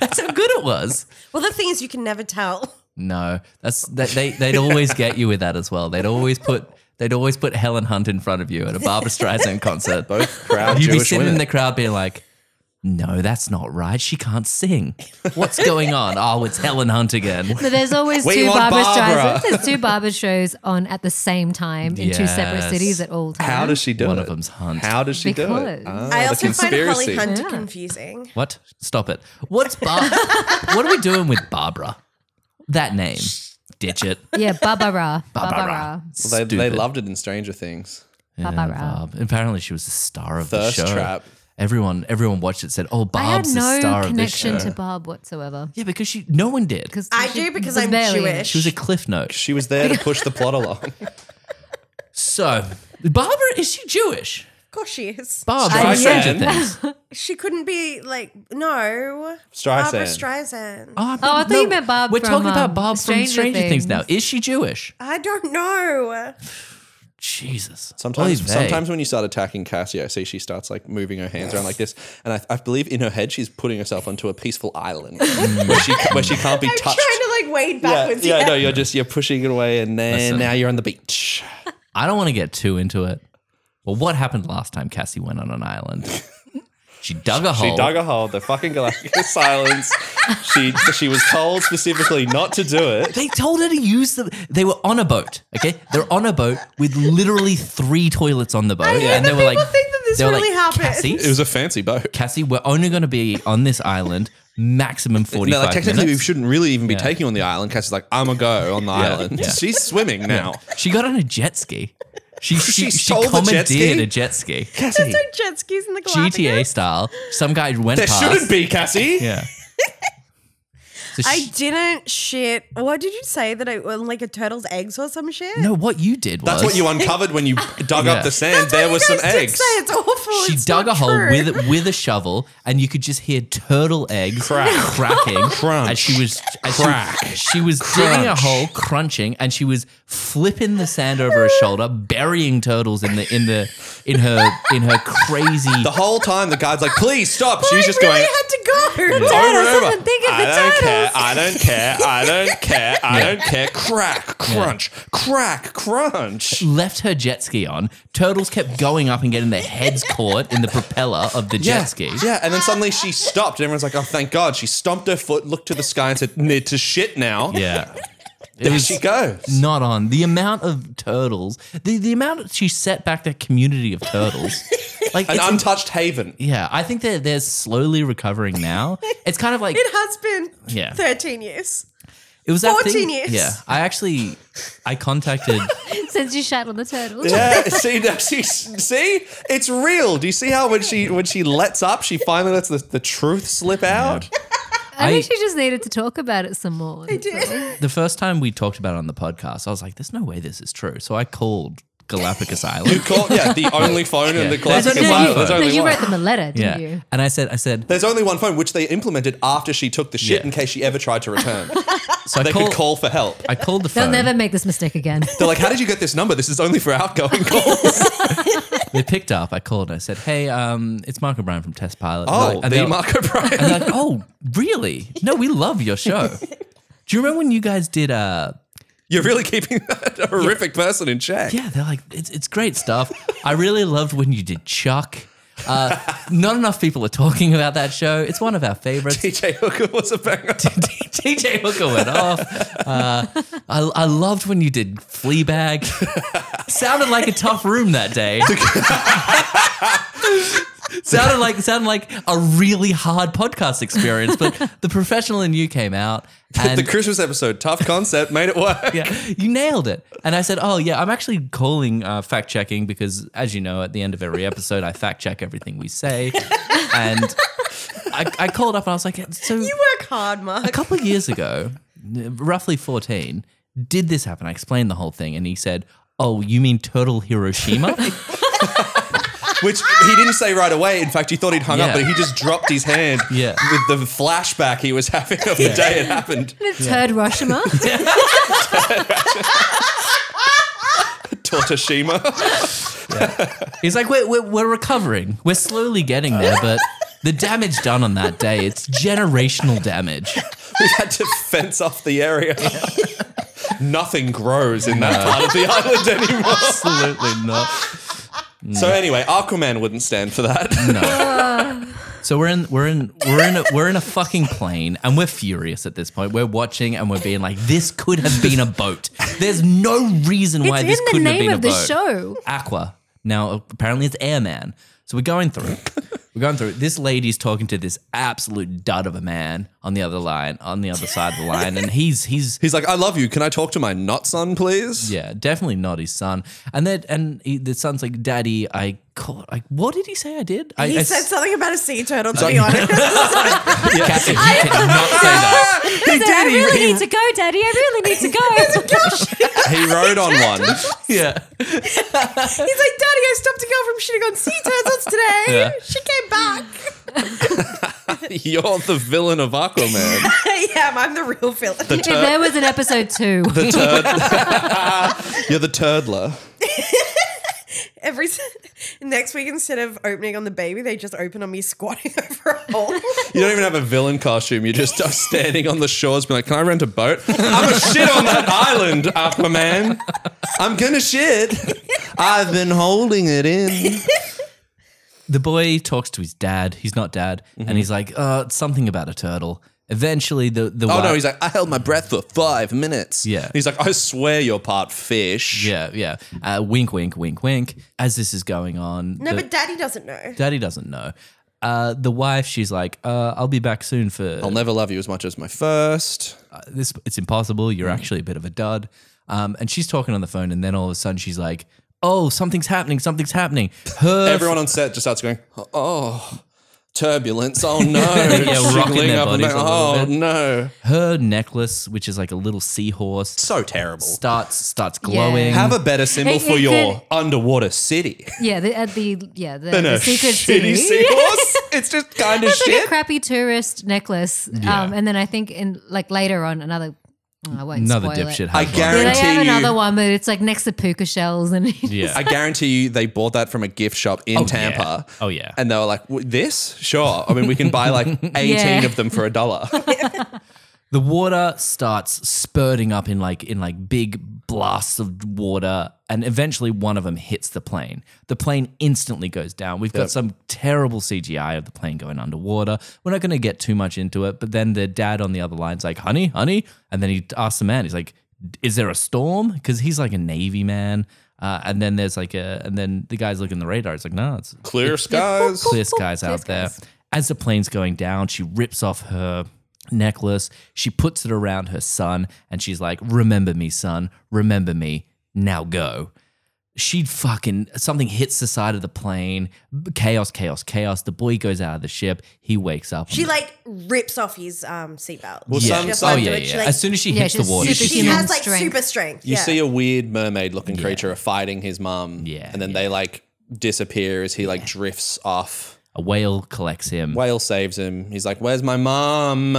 That's how good it was.
Well, the thing is, you can never tell.
No, that's that they they'd always get you with that as well. They'd always put they'd always put Helen Hunt in front of you at a Barbara
<laughs>
Streisand concert.
Both proud
You'd be
Jewish
sitting
women.
in the crowd being like, "No, that's not right. She can't sing. What's going
<laughs>
on? Oh, it's Helen Hunt again."
But there's always
We
two
want
Barbara
Barbara.
Streisand. There's two Barbara shows on at the same time in two separate
Yes.
cities at all times.
How does she do
One
it?
of them's Hunt.
How does she do
Because-
it? Ah,
I
the
also find Holly
conspiracy.
Hunt confusing.
What? Stop it. What's Bar- What are we doing with Barbara? That name. Ditch it.
Yeah,
<laughs>
Barbara.
Barbara.
Barbara.
They, they
Stupid.
loved it in Stranger Things.
Yeah,
Barbara.
Barb. um, Apparently, she was the star of
Thirst
the show.
Trap.
Everyone, everyone watched it. Said, "Oh,
I had
Barb's the
no
star of this show."
connection to Barb whatsoever.
yeah, because she. No one did.
Because
I
she
do because
was
I'm
barely in it.
Jewish.
She was a cliff note.
She was
<laughs>
there to push the
<laughs>
plot along.
So, Barbara, is she Jewish?
Of course she is.
Barbara,
I-
Stranger
yeah.
Things. Oh,
She couldn't be like no Barbara
Streisand.
Streisand.
I
<laughs> Oh, I thought you meant Barb
We're
from,
talking about
um,
Barb
Stranger
from Stranger Things.
Things.
now. Is she Jewish?
I don't know.
Jesus. Oy
Sometimes,
vey.
sometimes when you start attacking Cassie, I see she starts like moving her hands around like this, and I, I believe in her head she's putting herself onto a peaceful
<laughs>
island where she where she can't be
I'm
touched.
trying to like wade
yeah,
backwards.
yeah,
here. <laughs>
no, you're just you're pushing it away, and then
Listen.
now you're on the beach.
I don't want to get too into it. But what happened last time Cassie went on an island? <laughs> She dug a hole.
She dug a hole. The fucking Galactic <laughs> Islands. She she was told specifically not to do it.
they told her to use them. They were on a boat. Okay, they're on a boat with literally three toilets on the boat, and they were like,
think that this
they were
really
like,
happened.
Cassie,
It was a fancy boat.
Cassie, we're only going to be on this island maximum
No,
forty-five
like technically
minutes.
we shouldn't really even be taking on the island. Cassie's like, I'm a go on the island.
yeah.
She's swimming now.
She got on a jet ski. She she,
<laughs> She
she
stole the
commandeered
jet ski?
a jet ski,
Cassie,
No jet skis in the Galapagos.
GTA style. Some guy went
there
past.
shouldn't be Cassie.
Yeah. So
I
she-
didn't shit. What did you say that it was like a turtle's eggs or some shit?
no, what you did was
That's what you uncovered when you dug up the sand. There
You
were some
guys did
eggs.
Say it's awful.
she
it's
dug a
not
hole
true.
with with a shovel, and you could just hear turtle eggs cracking
Crunch.
as she was as she-
Crack.
She, was digging a hole, crunching, and she was flipping the sand over her shoulder, burying turtles in the in the in her in her crazy.
The whole time the guy's like, please stop. She's just
Oh, really
going.
had to go.
Over and
turtles,
over.
I didn't think of
I
the
don't care.
turtles."
I don't care. I
<laughs>
don't care. I don't care. Crack, crunch, crack, crunch.
Left her jet ski on. Turtles kept going up and getting their heads caught in the propeller of the jet ski.
Yeah, and then suddenly she stopped, and everyone's like, "Oh, thank God!" She stomped her foot, looked to the sky, and said, "Need to shit now."
Yeah.
There she goes.
Not on the amount of turtles, the, the amount that she set back that community of turtles. Like,
An
it's-
untouched haven.
yeah, I think they're, they're slowly recovering now. It's kind of like,
It has been
Yeah.
13 years.
it was that
14
thing-
years.
Yeah, I actually, I contacted.
<laughs> Since you shat on the turtles.
Yeah, <laughs> see, now she's, see, it's real. Do you see how when she when she lets up, she finally lets the, the truth slip out?
I, think
I-
she just needed to talk about it some more. I did.
the first time we talked about it on the podcast, I was like, there's no way this is true. So I called Galapagos Island.
Call- yeah, the only phone in the
There's
Galapagos
only
Island.
one phone.
There's
No,
only
you
one.
wrote them a letter, didn't
Yeah.
you?
And I said, I said,
There's only one phone, which they implemented after she took the shit
Yeah.
in case she ever tried to return.
so <laughs> I
they
called,
could call for help.
I called the
They'll
phone.
never make this
<laughs>
mistake again.
They're like, how did you get this number? This is only for
<laughs>
outgoing
Oh,
calls.
they picked up. I called and I said, hey, um, it's Mark O'Brien from Test Pilot. And they're
Oh,
like- and
the
they're-
Marco
And
Bryan.
they're like, oh, really? No, we love your show. Do you remember when you guys did? Uh,
You're really keeping <laughs> that horrific person in check.
yeah, they're like, it's, it's great stuff. I really loved when you did Chuck. Uh, not enough people are talking about that show. It's one of our
<laughs>
favorites. <laughs>
TJ Hooker was a banger.
DJ Hooker went off. Uh, I, I loved when you did Fleabag. sounded like a tough room that day. sounded like sounded like a really hard podcast experience, but the professional in you came out and
the Christmas episode, tough concept, made it
<laughs>
work.
yeah, you nailed it. And I said, "Oh yeah, I'm actually calling uh, fact checking because, as you know, at the end of every episode, I fact check everything we <laughs> say." And I, I called up and I was like, "So
You work hard,
a
Mark.
couple of years ago, roughly 14, did this happen? I explained the whole thing, and he said, "Oh, you mean Turtle <laughs> Hiroshima?"
<laughs> Which he didn't say right away. In fact, he thought he'd hung up,
Yeah.
but he just dropped his hand
<laughs> Yeah.
with the flashback he was having of the day
<laughs>
it happened.
Turd Roshima.
<laughs> Tortoshima.
He's like, "We're we're, we're recovering. We're slowly getting there, but." The damage done on that day, it's generational damage.
we had to fence off the area. <laughs> Nothing grows in that part
<laughs>
of the island anymore.
<laughs> Absolutely not.
So anyway, Aquaman wouldn't stand for that.
So we're in we're in we're in a, we're in a fucking plane and we're furious at this point. We're watching and we're being like, this could have been a boat. There's no reason why this
it's in
couldn't
the
have
name
been
of
a
the
boat.
show.
Aqua. Now apparently it's Airman. So we're going through. we're going through. This lady's talking to this absolute dud of a man on the other line, on the other side of the line, and he's he's
He's like, I love you. Can I talk to my not son, please?
yeah, definitely not his son. And then and he, the son's like, Daddy, I caught. Like, what did he say? I did. I,
He
I
said
s-
something about a sea turtle, to be honest.
Catherine, you did not say that.
<laughs> He said, I really need to go, Daddy. I really need to
<laughs>
go.
He
<laughs>
rode on one.
Yeah.
He's like, Daddy, I stopped a girl from shitting on sea turtles today.
Yeah.
She came back. <laughs>
You're the villain of Aquaman.
yeah, I'm the real villain.
<laughs> if there was an episode two,
You're the turdler.
Every s- next week, instead of opening on the baby, they just open on me squatting <laughs> over a hole. <laughs>
You don't even have a villain costume. You're just <laughs> uh, standing on the shores, being like, "Can I rent a boat? I'm a shit
<laughs>
on that island, Aquaman. I'm gonna shit. I've been holding it in."
the boy talks to his dad. He's not dad,
Mm-hmm.
and he's like, "Uh, it's something about a turtle." Eventually, the the
Oh
wi-
no, he's like, "I held my breath for five minutes."
Yeah.
He's like, "I swear you're part fish."
yeah yeah uh, wink wink wink wink. As this is going on,
no,
the-
but Daddy doesn't know.
daddy doesn't know. Uh, the wife, she's like, uh, "I'll be back soon for
I'll never love you as much as my first.
uh, this. It's impossible. You're
Mm-hmm.
actually a bit of a dud." Um, and she's talking on the phone, and then all of a sudden, she's like, "Oh, something's happening. Something's happening." Her
<laughs> Everyone on set just starts going, "Oh, turbulence!
<laughs>
Oh no!" Jiggling
rocking their
up and
bodies
down.
a little
Oh
bit.
no!
her necklace, which is like a little seahorse,
So terrible.
starts starts glowing.
Have a better symbol
It-
for
it
your underwater city.
yeah, the, at the yeah the,
than
the
a
secret
<laughs>
shitty
city. <laughs>
seahorse. it's just kind of
It's like a
shit.
crappy tourist necklace. Um, and then I think in like later on another. oh, I won't
Another
spoil
dipshit.
It.
has
I
one.
Yeah, they
Guarantee
have
you-
another one, but it's like next to puka shells and
Yeah.
I guarantee you, they bought that from a gift shop in
yeah.
Tampa.
Oh, yeah.
and they were like, "W- "This, sure. I mean, we can
<laughs>
buy like eighteen
Yeah.
of them for a <laughs> dollar."
The water starts spurting up in like in like big blasts of water, and eventually one of them hits the plane. The plane instantly goes down. We've got some terrible CGI of the plane going underwater. We're not going to get too much into it, but then the dad on the other line's like, "Honey, honey," and then he asks the man, he's like, is there a storm? Because he's like a navy man. Uh, and then there's like a, and then the guy's looking the radar. It's like, no, it's
Clear skies.
clear skies out there. As the plane's going down, she rips off her necklace. She puts it around her son, and she's like, "Remember me, son. Remember me. Now go." She fucking something hits the side of the plane. Chaos, chaos, chaos. The boy goes out of the ship. He wakes up.
She like rips off his um, seatbelt.
Well,
She
some-
just
some-
oh
won't do
yeah,
it. She,
yeah.
like,
as soon as she
Yeah,
hits the
she's
water,
super
she-
she
Human
has like
strength.
super strength.
You
yeah.
see a weird mermaid looking creature fighting his mum.
Yeah,
And then
yeah.
they like disappear as he like drifts off.
a whale collects him.
Whale saves him. He's like, Where's my mum?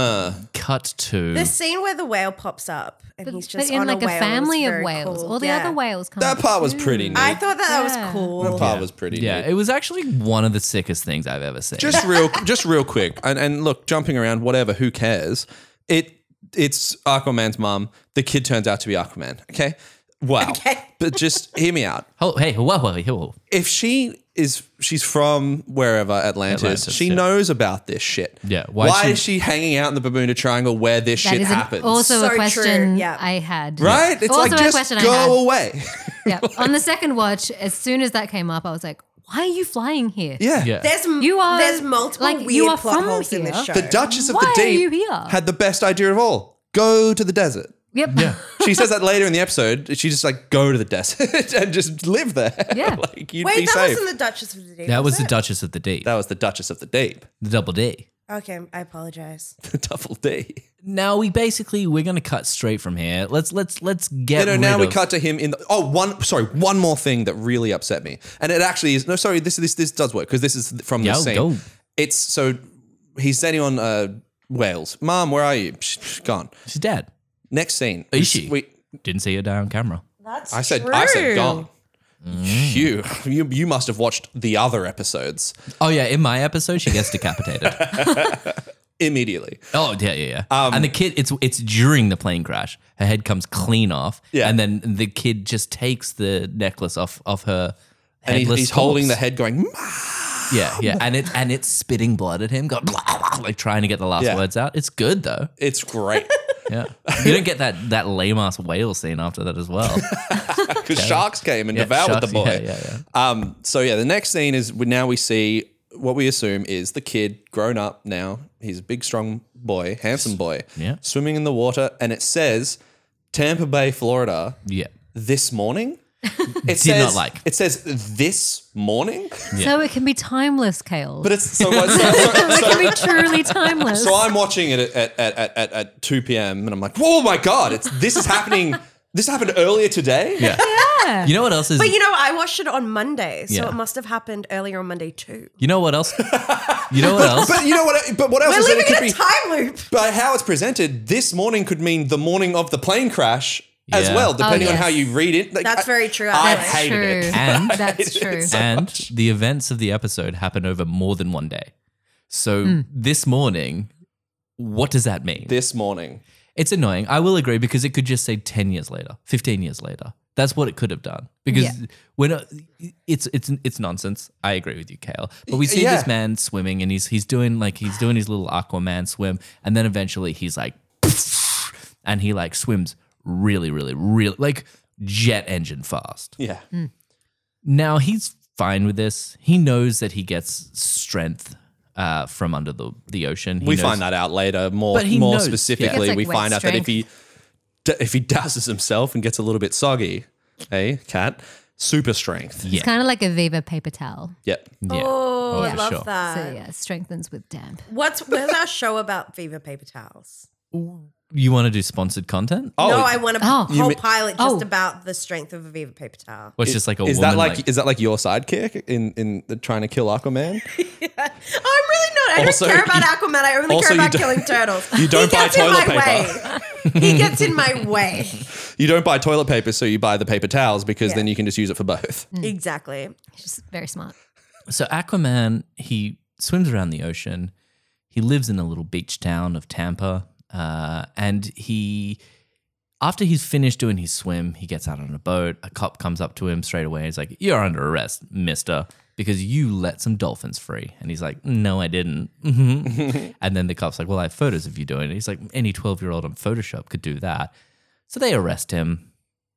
Cut to
the scene where the whale pops up and he's just
but in
on
like
a,
a,
whale
family
is
of
very
whales.
cool.
All the
Yeah.
other whales come.
That part was pretty neat.
I thought that, that
Yeah.
was cool.
that part was pretty
yeah.
neat.
It was actually one of the sickest things I've ever seen.
just real just real quick and, and look jumping around whatever who cares it it's aquaman's mum the kid turns out to be aquaman okay wow
<laughs>
but just hear me out
oh, hey, whoa, whoa, whoa.
if she is she's from wherever atlantis,
Atlantis,
she
yeah.
knows about this shit
Yeah, why
why,
she-
is she hanging out in the bermuda triangle where this
That
shit
is an-
happens
also
So
a
true,
question
yeah.
I had.
right it's
also
like
a
just
question I had.
go away <laughs>
Yeah. On the second watch, as soon as that came up, I was like, "Why are you flying here?
yeah
Yeah.
There's
You are-
there's multiple
like, you
weird
are
plot
from
holes in this
here.
show.
the duchess of
Why
the
are
deep
you here?
had the best idea of all go to the desert
Yep.
Yeah.
she says that later in the episode. She just like go to the desert <laughs> and just live there.
Yeah.
<laughs> like you'd be
Wait, that
safe.
wasn't the Duchess of the Deep.
That was the
it?
Duchess of the Deep,
that was the Duchess of the Deep, <laughs>
the double D.
Okay, I apologize.
the double D.
Now we basically we're gonna cut straight from here. Let's let's let's get.
You know,
rid
now we
of-
cut to him in. The, oh, one. Sorry, one more thing that really upset me, and it actually is. No, sorry, this this this does work because this is from
Yeah,
the scene.
go.
It's so he's standing on uh, Wales. Mom, where are you? Psh, gone.
She's dead.
Next scene.
Is she?
We,
Didn't see her die on camera.
That's
I said.
true.
I said gone.
Mm.
You, <laughs> you, you must have watched the other episodes
Oh yeah, in my episode she gets
<laughs>
decapitated.
immediately.
oh yeah, yeah, yeah.
Um,
and the kid, it's it's during the plane crash. Her head comes clean off,
Yeah.
and then the kid just takes the necklace off of her.
And he's,
headless
he's holding the
corpse.
head, going,
Yeah, yeah, and it's and it's spitting blood at him, going <laughs> like trying to get the last
Yeah.
words out. It's good though.
It's
<laughs>
great
Yeah, you don't get that that lame ass whale scene after that as
<laughs>
well.
because sharks came and
Yeah,
devoured
sharks,
the boy.
yeah, yeah, yeah.
Um, so yeah, the next scene is we, now we see what we assume is the kid grown up now. He's a big, strong boy, handsome boy,
Yeah.
swimming in the water, and it says Tampa Bay, Florida,
Yeah, <laughs>
this morning. It Did
not like.
It says this morning,
So it can be timeless, Kale. <laughs>
but it's so. so, so-
it can be truly timeless.
so I'm watching it at, at, at, at, at 2 p.m. and I'm like, oh my god, it's this is happening. This happened earlier today.
yeah. You know what else is?
But you know, I watched it on Monday, so
Yeah.
it must have happened earlier on Monday too.
You know what else? You know what else?
But you know what? But what else
We're
is that it
living
could
in
be?
a time loop.
But how it's presented, this morning could mean the morning of the plane crash as
Yeah.
well, depending
Oh,
on how
yes.
you read it. Like,
That's
I-
very true,
<laughs> I
actually.
hated
True.
it.
And
That's true.
and the events of the episode happen over more than one day. So this morning, what does that mean?
This morning,
It's annoying. I will agree because it could just say 10 years later, 15 years later. That's what it could have done. Because
Yeah.
when uh, it's it's it's nonsense. I agree with you, Kale. But we see
Yeah.
this man swimming and he's he's doing like he's doing his little Aquaman swim and then eventually he's like <laughs> and he like swims really really really like jet engine fast.
yeah,
Now he's fine with this. He knows that he gets strength uh, from under the the ocean. He
we
knows-
find that out later. More,
But he
more
knows.
specifically,
Yeah. He gets, like,
we
wet
find out that if he d- if he douses himself and gets a little bit soggy, hey, cat, super strength.
it's kind of like a Viva paper towel.
Yep.
Yeah.
Oh, I
for
love
sure.
that.
Uh,
So yeah, strengthens with damp.
What's where's our show about fever paper towels?
You want to do sponsored content?
Oh,
no, I want a
Oh.
You
whole
mean-
pilot just
Oh.
about the strength of a Viva paper towel.
Or it's just like a
is
woman
that like, is that like your sidekick in in the, trying to kill Aquaman?
Oh, I'm really not. I
Also,
don't care about
you-
Aquaman. I only
also
care
you
about
don't- <laughs>
killing turtles.
you don't
he
buy
gets in
toilet
my
paper.
Way.
<laughs>
he gets in my way.
you don't buy toilet paper, so you buy the paper towels because then you can just use it for both.
Hmm.
exactly.
She's very smart.
So Aquaman, he swims around the ocean. He lives in a little beach town of Tampa, uh, and he, after he's finished doing his swim, he gets out on a boat. A cop comes up to him straight away. He's like, "You're under arrest, Mister." Because you let some dolphins free. And he's like, No, I didn't. Mhm." and then the cop's like, Well, I have photos of you doing it. He's like, Any 12 year old on Photoshop could do that. So they arrest him.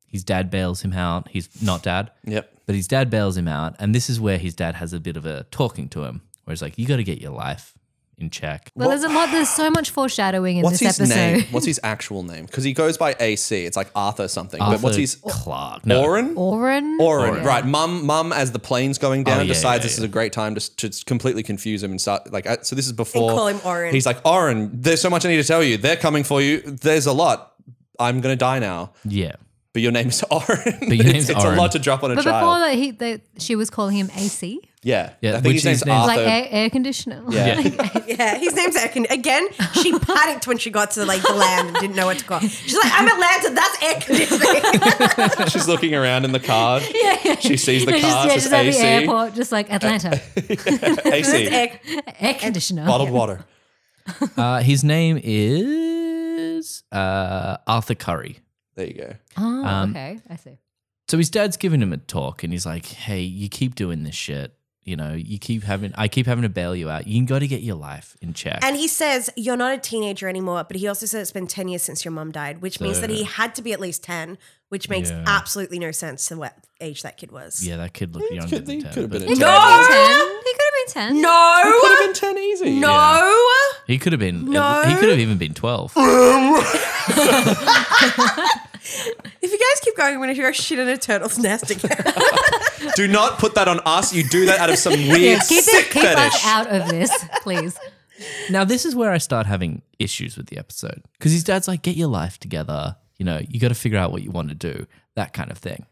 His dad bails him out. He's not dad,
Yep.
but his dad bails him out. And this is where his dad has a bit of a talking to him, where he's like, you got to get your life in check.
Well, there's a lot. There's so much foreshadowing in
What's
this
his name?
<laughs> episode.
What's his actual name? Because he goes by AC. It's like Arthur something. but what's
Arthur
his
Clark? No.
Oren?
Oren.
Oren. Right. Mum. Mum. As the plane's going down,
Oh, yeah,
decides
yeah,
this is a great time to, to completely confuse him and start like. uh, So this is before.
call him Oren.
He's like Oren. There's so much I need to tell you. They're coming for you. There's a lot. I'm gonna die now.
Yeah.
But your name's <laughs> Oren. But
your name's
it's, it's
Oren.
a lot to drop on a
But
child.
before that, he they, she was calling him AC,
yeah.
Yeah,
I
which
think his
his
name's
name-
Arthur.
like air, air conditioner. <laughs>
Yeah. <laughs>
Yeah, his name's air conditioning. Again, she panicked when she got to like the land and didn't know what to call. it. She's like, I'm Atlanta, that's air
<laughs>
conditioning.
She's looking around in the
<laughs>
car. She sees the
They're just,
car.
yeah,
says
just at the
AC.
airport, just like Atlanta,
<laughs> AC.
Air-
air conditioner.
Bottled water.
Uh, his name is uh, Arthur Curry.
There you go.
Oh,
Um,
okay, I see.
So his dad's giving him a talk and he's like, hey, you keep doing this shit. You know, you keep having, I keep having to bail you out. You got to get your life in check.
and he says, You're not a teenager anymore, but he also said it's been 10 years since your mum died, which means that he had to be at least 10, which makes
Yeah.
absolutely no sense to what age that kid was.
yeah, that kid looked younger
Could,
than
he
10,
could have
but-
been.
He
a
could have been ten. He could have been ten.
Could
No,
have been ten
<laughs>
easy.
no.
He could have been.
No.
He could have even been twelve.
If you guys keep going, I'm going to throw shit in a turtle's nest again.
Do not put that on us. You do that out of some weird
Yeah, keep
sick
it, keep us
fetish.
out of this,
<laughs>
please.
now this is where I start having issues with the episode because his dad's like, "Get your life together. You know, you got to figure out what you want to do. That kind of thing."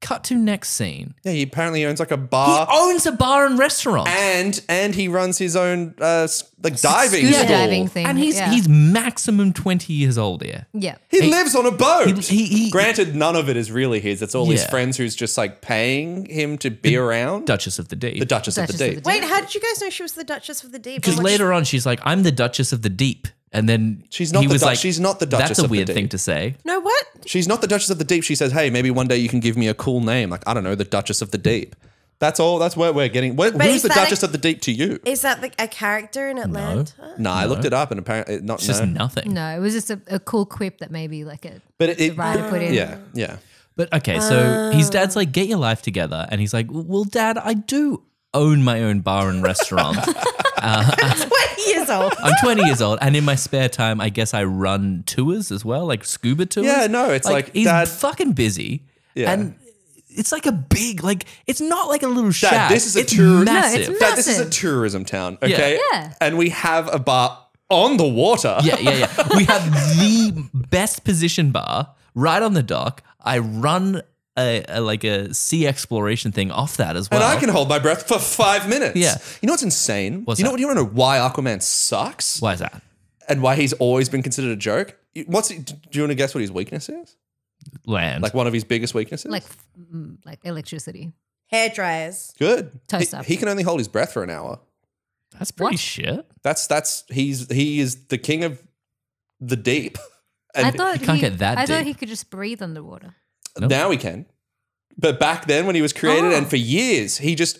Cut to next scene.
Yeah, he apparently owns like a
He
bar,
owns a bar and restaurant,
Uh, and and he runs his own uh, s- like diving
Scuba
school.
diving thing.
and he's
yeah.
he's maximum twenty years old here.
yeah.
He lives on a boat.
he- he-
Granted, none of it is really his. It's all his
Yeah.
friends who's just like paying him to be around.
Duchess of the Deep.
the Duchess,
Duchess
of the Deep.
of
<laughs>
the
Wait, how did you guys know she was the Duchess of the Deep?
because later on she's like, "I'm the Duchess of the Deep," and then
She's not
He
the
was
Duch-
like,
she's not the Duchess
That's a
of the
weird thing
Deep."
to say.
No, what?
She's not the Duchess of the Deep. She says, "Hey, maybe one day you can give me a cool name, like I don't know, the Duchess of the Deep." That's all. That's where we're getting. Where,
is
who's the
that
Duchess
a-
of the Deep to you?
Is that like a character in Atlanta? <laughs>
Nah, I looked it up and apparently not.
It's just
no.
nothing.
No, it was just a, a cool quip that maybe like a
But it, it
writer put in.
yeah, yeah.
But okay, so his
Um.
dad's like, get your life together. And he's like, well, dad, I do own my own bar and restaurant.
<laughs>
20 years old.
I'm 20 years old. And in my spare time, I guess I run tours as well, like scuba tours.
Yeah, no, it's like,
he's
Dad-
fucking busy.
Yeah.
And it's like a big, like, it's not like a little shack.
this is a
it's
tour- No, it's
Massive.
ma-
That, this is a
Massive.
tourism town, okay?
Yeah.
And we have a bar on the water. <laughs>
yeah, yeah, yeah. We have the best position bar right on the dock. I run a, a like a sea exploration thing off that as well.
And I can hold my breath for five minutes.
Yeah.
You know what's insane?
What's
you know
that?
what? You want to know why Aquaman sucks
Why is that?
and why he's always been considered a joke? You- What's do you want to guess what his weakness is?
Land.
Like one of his biggest weaknesses?
like f- mm, like electricity.
Hair dryers.
good.
Toast
he,
up.
he can only hold his breath for an hour.
That's pretty
What?
shit.
That's that's he's he is the king of the deep. And
I thought
can't get that
I thought
deep.
he could just breathe underwater.
Nope.
Now he can. But back then, when he was created,
Oh.
and for years, he just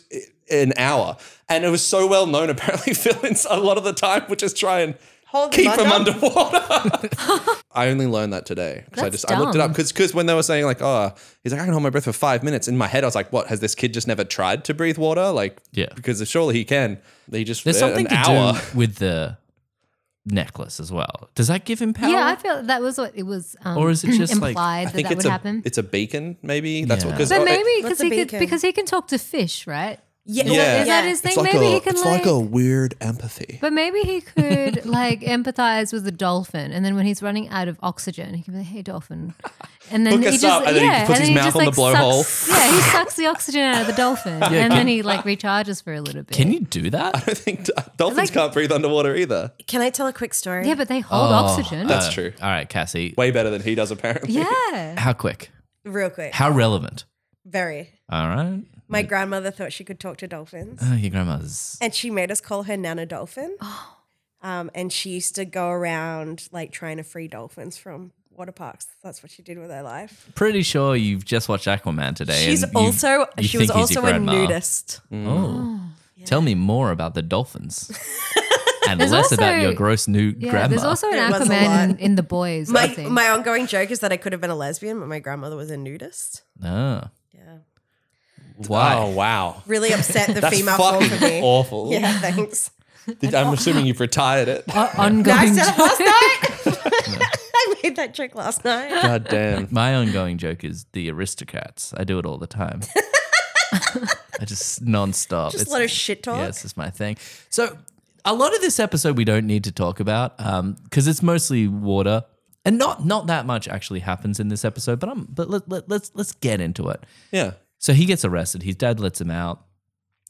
an hour, and it was so well known. <laughs> Apparently, villains a lot of the time would just try and
Hold
keep
them
him
under.
underwater.
<laughs>
I only learned that today because I
That's
just I looked it up
dumb.
because when they were saying like, oh, he's like I can hold my breath for five minutes. In my head, I was like, what has this kid just never tried to breathe water? Like,
Yeah.
because surely he can. He just
There's
uh,
something
an
to
<laughs> hour.
do with the necklace as well. Does that give him power?
Yeah, I feel that was what it was. Um,
Or is it just like-
implied
I
that
think
that
it's
would
a
happen?
it's a beacon maybe. That's
Yeah.
what because
But maybe because
What's a
he could
beacon?
because he can talk to fish, right?
Yeah.
Yeah.
Is that his thing? maybe he can like,
weird empathy.
But maybe he could <laughs> like empathize with the dolphin, and then when he's running out of oxygen, he can be like, "Hey, dolphin," and
Hook
then he
us
just
up, and then he
yeah,
puts his
and then
mouth
he
on
just
the
like
blowhole.
sucks, yeah, he sucks the oxygen out of the
<laughs>
dolphin, and then he like recharges for a little bit.
Can you do that?
I think d- dolphins
Like-
can't breathe underwater either.
Can I tell a quick story?
Yeah, but they hold
Oh.
oxygen.
That's true.
All right, Cassie.
Way better than he does apparently.
<laughs> yeah,
How quick?
Real quick.
How relevant?
Very.
All right.
My grandmother thought she could talk to dolphins.
Oh, your grandma's.
And she made us call her Nana Dolphin. Um, and she used to go around like trying to free dolphins from water parks. That's what she did with her life.
Pretty sure you've just watched Aquaman today.
She's
and you-
also
you
she was
think he's your
also a
Mm.
grandma.
nudist. <laughs>
Oh. Tell me more about the dolphins and
There's
less
also-
about your gross new
Yeah,
grandma.
there's also an
It was a
Aquaman in,
lot.
in the boys. I
My,
think.
my ongoing joke is that I could have been a lesbian, but my grandmother was a nudist.
Ah.
Yeah.
Why?
Oh wow.
Really upset the
<laughs> That's
female form for
fucking
me. <laughs>
awful.
Yeah, thanks. <laughs>
Did- I'm assuming you've retired it.
O-
No, I
ongoing.
said it
joke.
last night. I made that joke last night.
<laughs> God damn.
My ongoing joke is the aristocrats. I do it all the
<laughs>
time. I just nonstop.
<laughs> Just
It's-
a lot of shit talk.
Yeah, this is my thing. So a lot of this episode we don't need to talk about because it's mostly water, and not not that much actually happens in this episode. But I'm but let, let, let's let's get into it.
Yeah.
So he gets arrested. His dad lets him out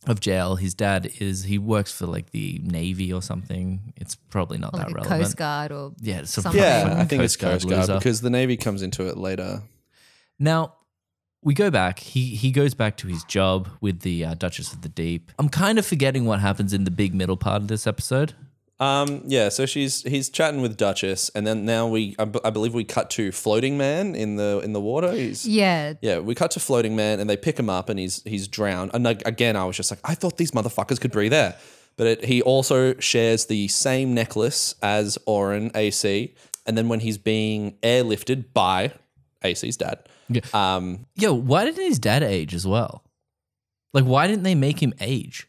of jail. His dad is he works for like the navy or something. It's probably not
Or
that
like a
relevant.
Coast Guard or
yeah, it's a
something.
Yeah,
fucking
I think it's Coast Guard
loser.
because the Navy comes into it later.
Now we go back. He he goes back to his job with the uh, Duchess of the Deep. I'm kind of forgetting what happens in the big middle part of this episode.
Um, yeah, so she's he's chatting with Duchess, and then now we I, b- I believe we cut to Floating Man in the in the water. He's
yeah.
yeah, we cut to Floating Man, and they pick him up, and he's he's drowned. And like, again, I was just like, I thought these motherfuckers could breathe air, but it, he also shares the same necklace as Oren AC, and then when he's being airlifted by AC's dad,
Yeah.
um,
Yo, why didn't his dad age as well? Like, why didn't they make him age?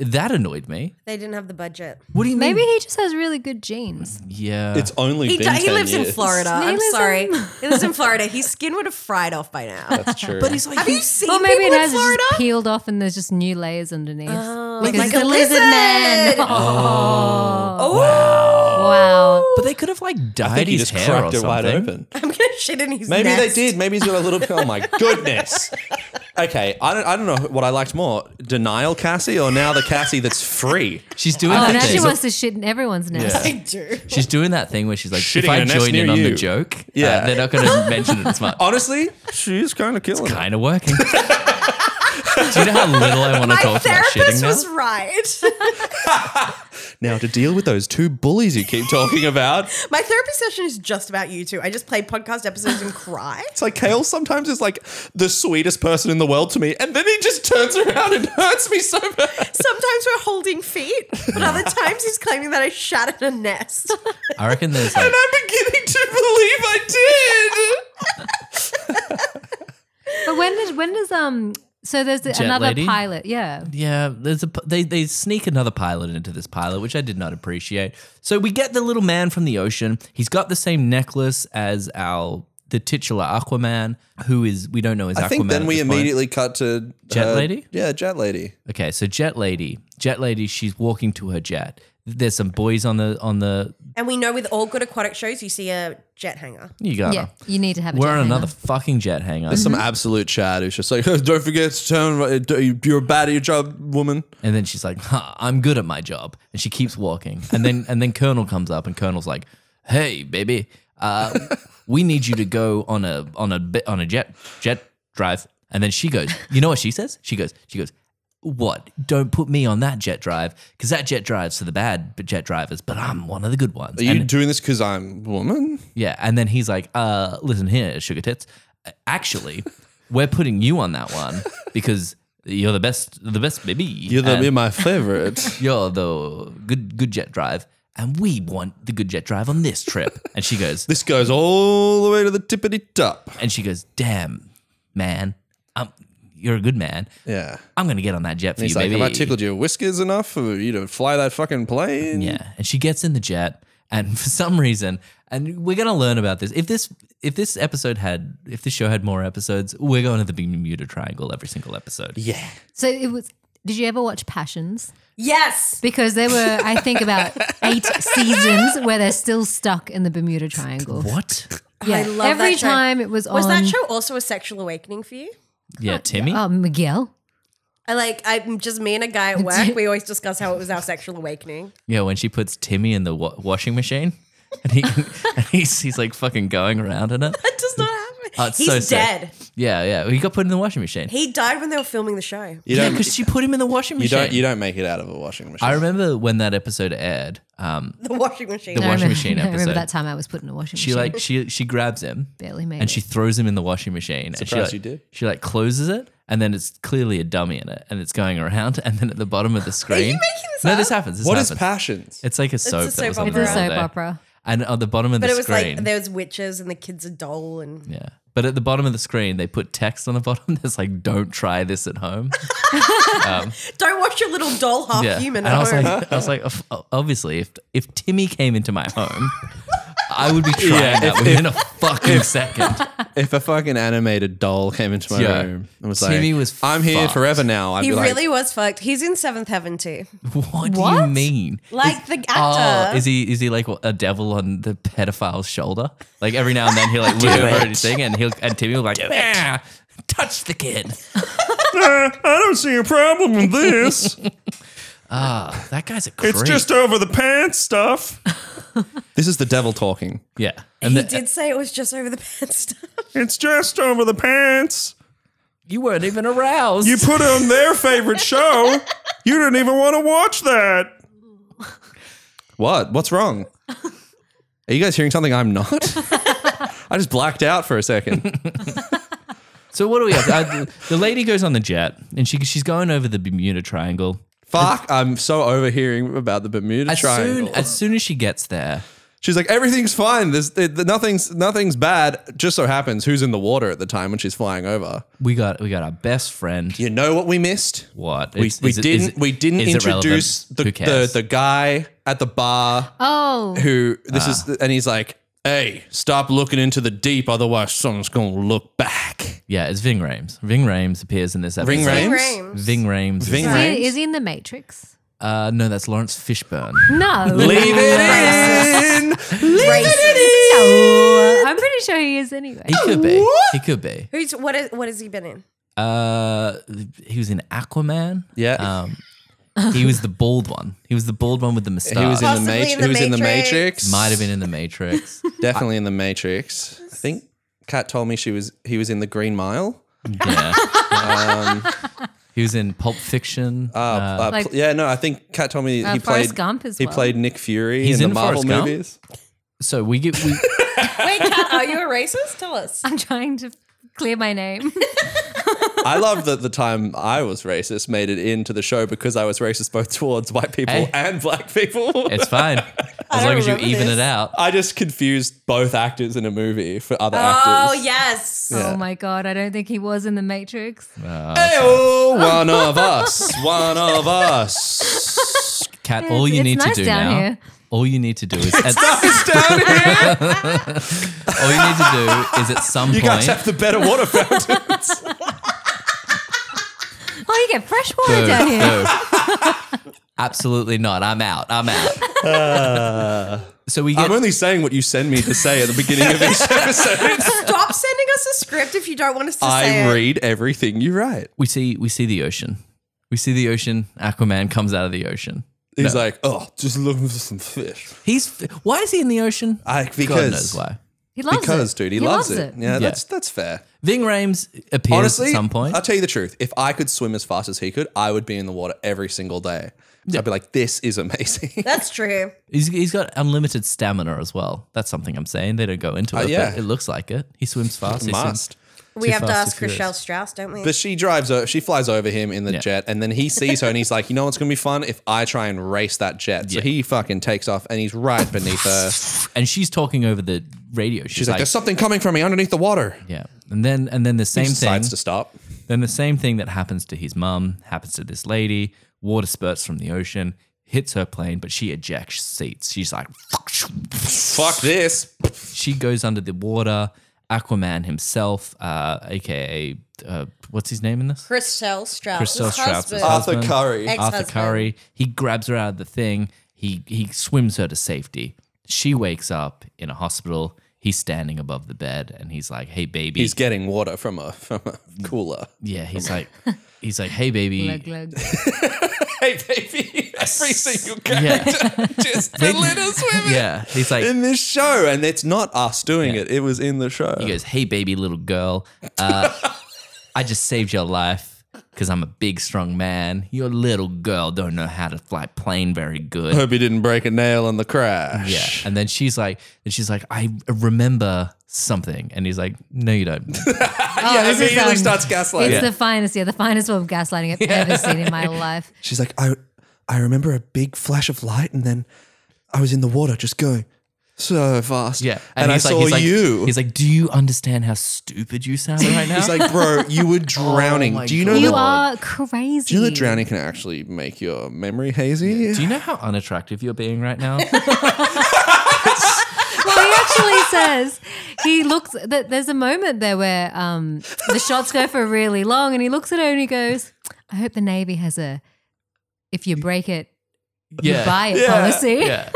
That annoyed me.
They didn't have the budget.
What do you
Maybe
mean?
he just has really good genes.
Yeah,
it's only
He,
been
di- he
10
lives in
years.
Florida.
He
I'm
lives <laughs>
sorry.
in-
he lives in Florida. His skin would have fried off by now.
That's
<laughs>
true.
but he's like
Have you seen
Well, maybe it
people in
has it's
Florida?
just peeled off and there's just new layers underneath.
Oh,
because
like
he's
a
a lizard,
<laughs>
man.
lizard.
<laughs> Oh.
Oh,
Wow. Oh,
but they could have like dyed
I think he
his
just
hair
cracked
or
it wide
something.
open.
I'm gonna shit in his.
Maybe
nest.
they did. Maybe he's got a little. Oh my goodness. Okay, I don't. I don't know what I liked more: denial Cassie or now the Cassie that's free.
She's doing
Oh,
that
now
thing.
she wants to shit in everyone's
<laughs>
nest.
I do.
She's doing that thing where she's like,
Shitting
if I
in a nest
join in
near
on the
you.
joke, uh,
Yeah.
they're not going to <laughs> mention it as
<laughs>
much.
Honestly, she's kind of killing. it.
kind of working. Do you know how little I want to
My
talk about shitting
therapist
now?
was right.
Now to deal with those two bullies you keep talking about,
My therapy session is just about you two. I just play podcast episodes and cry.
<laughs> it's like Kale sometimes is like the sweetest person in the world to me, and then he just turns around and hurts me so bad.
Sometimes we're holding feet, but other times he's claiming that I shattered a nest.
I reckon
<laughs>
there's like,
And I'm beginning to believe I did.
But when does when does um so there's the,
Jet
another
lady?
pilot, yeah.
yeah, there's a they they sneak another pilot into this pilot, which I did not appreciate. So we get the little man from the ocean. He's got the same necklace as our the titular Aquaman, who is we don't know is Aquaman.
I think then
at
we
this point.
immediately cut to
Jet Lady?
Yeah, Jet Lady.
Okay, so Jet Lady, Jet Lady, she's walking to her jet. There's some boys on the on the.
And we know with all good aquatic shows, you see a jet hanger.
You got
Yeah. You need to have a
Uh-huh. We're on
jet hanger. Mm-hmm.
another fucking jet hanger,
There's some absolute chad who's just like, <laughs> don't forget to turn. right- uh, You're bad at your job, woman.
and then she's like, "Huh, "I'm good at my job," and she keeps walking. And then and then Colonel comes up, and Colonel's like, "Hey, baby, uh, we need you to go on a on a bi- on a jet jet drive." And then she goes, "You know what she says?" She goes, "She goes." What? Don't put me on that jet drive because that jet drive's for the bad jet drivers, but I'm one of the good ones.
Are you
And-
doing this because I'm woman?
yeah, and then he's like, "Uh, listen here, sugar tits. Actually, we're putting you on that one because you're the best, the best baby.
You're, the,
And
you're my favorite. <laughs>
you're the good, good jet drive, and we want the good jet drive on this trip." And she
<laughs>
goes,
this goes all the way to the tippity top.
and she goes, "Damn, man, i you're a good man.
Yeah.
I'm gonna get on that jet for
He's
you,
like,
baby."
have I tickled your whiskers enough for you to fly that fucking plane?
Yeah, and she gets in the jet, and <laughs> for some reason, and we're gonna learn about this. If this if this episode had if this show had more episodes, we're going to the Bermuda Triangle every single episode. Yeah,
So it was did you ever watch Passions?
Yes.
Because there were, I think, about
<laughs>
eight seasons where they're still stuck in the Bermuda Triangle.
<laughs>
what?
Yeah,
I love
every
that show.
time it was on.
Was that show also a sexual awakening for you?
Yeah, Timmy.
Oh, Miguel.
I like I'm just me and a guy at work. We always discuss how it was our sexual awakening.
Yeah, when she puts Timmy in the wa- washing machine, and he <laughs> and he's he's like fucking going around in it.
That does not happen.
Oh, it's
He's
so sad.
dead.
Yeah, yeah, he got put in the washing machine.
He died when they were filming the show.
You
yeah,
don't.
because she put him in the washing
you
machine.
don't. You don't make it out of a washing machine.
I remember when that episode aired. Um,
The washing machine.
The
I
washing
remember-
machine
<laughs> I remember
episode.
that time I was put in a washing
she
machine.
like she she grabs him
barely made
and
it.
she throws him in the washing machine. and she
Surprised
like,
you did.
She like closes it and then it's clearly a dummy in it, and it's going around, and then at the bottom of the screen.
making this
no,
up?
this happens. This
What is
happens.
passions?
It's like a soap.
a
that was
soap
on the
It's a
opera.
other
soap
day.
opera.
And on the bottom of
But
the
it was
screen,
like there was witches and the kid's a doll and
yeah. But at the bottom of the screen, they put text on the bottom <laughs> that's like, "Don't try this at home."
don't watch your little doll half
yeah.
human.
and
at
I was
home.
like, I was like, "Of- obviously, if if Timmy came into my home, I would be trying
Yeah,
that
if-
within a fucking second. <laughs>
If a fucking animated doll came into my
Yeah.
room and was
Timmy
like,
was
"I'm here
fucked.
forever now," I'd
he
be
really
like,
was fucked. He's in seventh heaven too.
What do you
What?
mean?
Like the
Oh,
actor.
is he is he like a devil on the pedophile's shoulder? Like every now and then he'll like look over at his thing and he'll and Timmy will be like, yeah, touch the kid.
"I don't see a problem
<laughs>
with this.
Ah, that guy's a creep.
over the
<laughs>
pants stuff." this is the devil talking.
yeah. And
he
the-
did say it was just over the pants <laughs> stuff.
It's just over the pants.
you weren't even aroused.
put on their favorite show. You didn't even want to watch that. What? What's wrong? Are you guys hearing something I'm not? I just blacked out for a second.
so what do we have? Uh, the lady goes on the jet and she she's going over the Bermuda Triangle.
Fuck, I'm so overhearing about the Bermuda
As
Triangle.
soon as soon as she gets there,
She's like, everything's fine. There's it, nothing's nothing's bad. Just so happens who's in the water at the time when she's flying over.
we got we got our best friend.
You know what we missed?
What
We,
It's-
we
is it- is
didn't
it-
we didn't
is it relevant?
introduce the,
Who
the
cares?
the guy at the bar
Oh,
who this
Ah.
is and he's like, "Hey, stop looking into the deep, otherwise someone's gonna look back."
yeah, it's Ving Rhames. Ving Rhames appears in this episode.
Ring
Ving Rhames.
Rames.
Ving Rhames. is-
Ving
is
Rhames.
he, is he in the Matrix?
Uh, no, that's Lawrence
<gasps>
Fishburne.
No, <laughs>
Leave
<laughs>
it in.
No, I'm pretty sure he is anyway.
He could be. He could be.
Who's what is what has he been in?
Uh, he was in Aquaman.
Yeah.
Um, he was the bald one. He was the bald one with the mustache.
He was in the,
Possibly
Matri-
in the
he was in the
Matrix.
Matrix.
Might have been in the Matrix.
definitely in the Matrix. I think Kat told me she was he was in the Green Mile.
yeah. he was in Pulp Fiction.
Uh, uh,
Like-
pl- yeah, no, I think Kat told me
Uh,
he
Forrest
played
Gump as
he
well.
played Nick Fury
He's
in
in
the Marvel
Forrest Gump?
movies.
so we get we,
Wait, Kat, are you a racist? Tell us.
<laughs> I'm trying to clear my name. <laughs>
I love that the time I was racist made it into the show because I was racist both towards white people
Hey.
and black people.
it's
<laughs>
fine as
don't
long as you
remember
even
this.
it out.
I just confused both actors in a movie for other
Oh
actors.
yes.
Oh my god, I don't think he was in the Matrix.
Hey, one of us, one of us.
Cat,
Yeah,
all
it's-
you
it's
need
nice
to do
down
now.
here.
All you need to do is at,
It's down here.
all you need to do is at some
<laughs> You guys
point.
have the better water fountains.
Oh, you get fresh water
No,
down here.
no. <laughs> Absolutely not. I'm out. I'm out. so we get
<laughs> Uh. I'm only saying what you send me to say at the beginning of each episode.
Stop sending us a script if you don't want us to say
I
it.
read everything you write.
we see we see the ocean. We see the ocean. Aquaman comes out of the ocean.
He's like, oh, just looking for some fish.
He's why is he in the ocean?
I,
God
because
knows why.
He loves
Because,
it.
dude, he, loves, it. Yeah, that's that's fair.
Ving Rhames appears
Honestly,
at some point.
I'll tell you the truth. If I could swim as fast as he could, I would be in the water every single day. So I'd be like, this is amazing.
That's true.
He's, he's got unlimited stamina as well. That's something I'm saying. They don't go into it,
Uh, yeah.
but it looks like it. He swims fast. He swims.
<laughs> Must.
We
Too
have to
fast,
ask
too furious.
Rochelle Strauss, don't we?
But she drives, o- she flies over him in the
Yeah.
jet, and then he sees her, and he's like, "You know what's gonna be fun if I try and race that jet." So
Yeah.
he fucking takes off, and he's right beneath her. She's
And she's talking over the radio. She's,
like,
like,
"There's something coming from me underneath the water."
yeah. And then and then the
He
same thing.
decides to stop.
Then the same thing that happens to his mum happens to this lady. Water spurts from the ocean, hits her plane, but she ejects seats. She's like,
Fuck this!
she goes under the water. Aquaman himself, uh, aka uh, what's his name in this?
Christelle Strauss.
Christelle Strauss'
husband.
husband.
Arthur Curry.
Arthur
Ex-husband.
Curry. He grabs her out of the thing. He he swims her to safety. She wakes up in a hospital. He's standing above the bed and he's like, "Hey, baby."
He's getting water from a from a cooler.
yeah, he's like, he's like, "Hey, baby."
Glug,
<laughs>
glug.
Hey, baby! Every single
Yeah. <laughs>
just a little swim
yeah, he's like,
in this show, and it's not us doing it. It was in the show.
He goes, "Hey, baby, little girl, uh, I just saved your life because I'm a big, strong man. Your little girl don't know how to fly plane very good."
Oh, Hope you didn't break a nail in the crash.
yeah, and then she's like, and she's like, "I remember something. And he's like, no, you
<laughs>
don't.
Oh,
yeah,
this is,
immediately
um,
starts
It's
gaslighting.
the finest, yeah, the finest form of gaslighting I've ever seen
<laughs>
in my life.
She's like, I, I remember a big flash of light, and then I was in the water just going so fast.
Yeah.
and, I
he's
saw
like, he's like-
you.
He's like, do you understand how stupid you sound right now?
<laughs> He's like, bro, you
<laughs>
were drowning.
Oh my
do you know
God.
You
that?
are crazy.
Do you know that drowning can actually make your memory hazy?
do you know how unattractive you're being right now?
Well, he actually <laughs> says he looks. That there's a moment there where um, the shots go for really long, and he looks at her and he goes, "I hope the Navy has a if you break it, you buy it policy."
Yeah.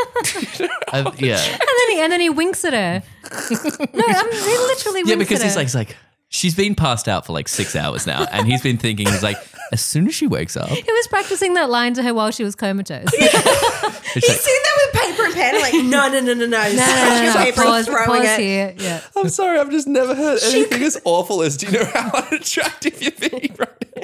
Uh, yeah.
<laughs> And then he and then he winks at her. no, I'm, he literally winks
Yeah, because
at
he's
her.
like, he's like, she's been passed out for like six hours now. And he's been thinking, he's like, as soon as she wakes up,
he was practicing that line to her while she was
<laughs>
comatose.
it's
You
like,
see that with paper and pen, like no, no, no, no, no. no,
no, no, no,
paper
pause,
and throwing
pause
it.
here. Yeah.
<laughs> I'm sorry, I've just never heard anything as awful as do you know how <laughs> unattractive you're being right
<laughs>
now?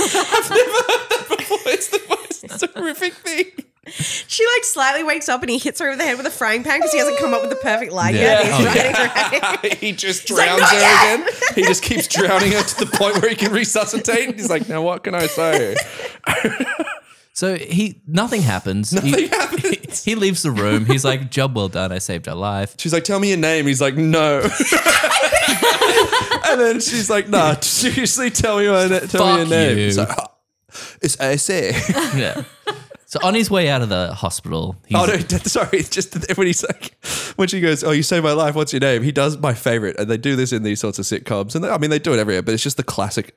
I've never heard that before. It's the
<laughs>
most horrific thing. <laughs>
She like slightly wakes up and he hits her over the head with a frying pan because he hasn't come up with the perfect line
Yeah.
yet.
Yeah.
He's
Oh,
running
<laughs>
around.
he just
like,
drowns
"Not
her
yet!"
again. He
<laughs>
just keeps drowning her to the point where he can resuscitate. He's like, now what can I say?
so he, nothing happens. Nothing he, <laughs>
happens.
He leaves the room. He's like, job well done. I saved her life.
<laughs> She's like, tell me your name. He's like, no. <laughs> and then she's like, nah, seriously, tell me, my na- tell me your
Fuck
name.
you.
He's like, "Ah, it's ASA.
Yeah. So on his way out of the hospital, he's,
Oh no! <laughs> d- Sorry, it's just that when he's like, when she goes, "Oh, you saved my life. What's your name?" He does my favorite, and they do this in these sorts of sitcoms, and they, I mean they do it everywhere, but it's just the classic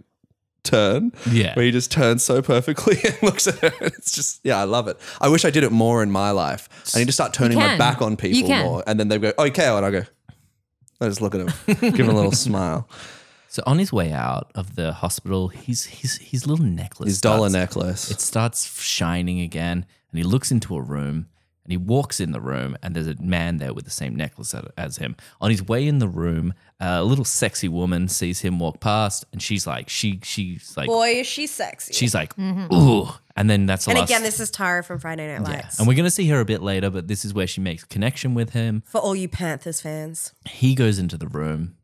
turn,
Yeah.
where he just turns so perfectly <laughs> and looks at her. It's just, yeah, I love it. I wish I did it more in my life. I need to start turning my
can.
back on people
You can.
more, and then they go, "Oh, Kale," and I go, I just look
<laughs>
at him, give him a little smile.
so on his way out of the hospital, he's his his little necklace,
His dollar
starts-
necklace.
it starts shining again, and he looks into a room, and he walks in the room, and there's a man there with the same necklace a- as him. On his way in the room, a little sexy woman sees him walk past, and she's like, she she's like,
Boy, is she sexy.
she's like, ooh, and then that's the
mm-hmm. and
last.
again, this is Tara from Friday Night Lights.
and we're gonna see her a bit later, but this is where she makes connection with him.
For all you Panthers fans.
he goes into the room.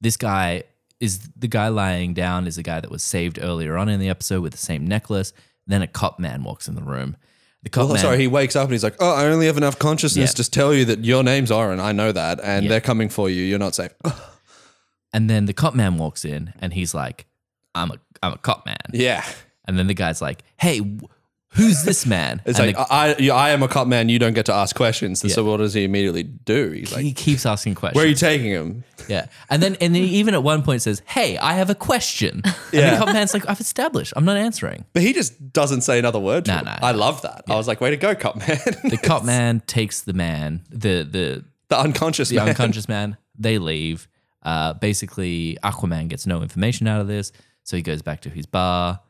This guy is the guy lying down is the guy that was saved earlier on in the episode with the same necklace. Then a cop man walks in the room. The cop
Well,
man,
Oh, sorry, he wakes up and he's like, "Oh, I only have enough consciousness
Yeah.
to tell you that your name's Oren. I know that, and
Yeah.
they're coming for you. You're not safe."
and then the cop man walks in and he's like, "I'm a I'm a cop man."
<laughs> yeah.
And then the guy's like, "Hey, wh- who's this man?"
It's
and
like I, I, you- I am a cop man. You don't get to ask questions.
Yeah.
So what does he immediately do? He's
the- he
oh, like,
keeps asking questions.
"Where are you taking him?"
yeah, and then and then he even at one point says, "Hey, I have a question."
Yeah.
And the cop man's like, "I've established. I'm not answering."
But he just doesn't say another word. To
Nah,
him.
nah,
I love that. I was like, "Way to go, cop man!"
The cop man takes the man, the the
<laughs> the unconscious <laughs>
the
man.
unconscious man. They leave. Uh, basically, Aquaman gets no information out of this, so he goes back to his bar.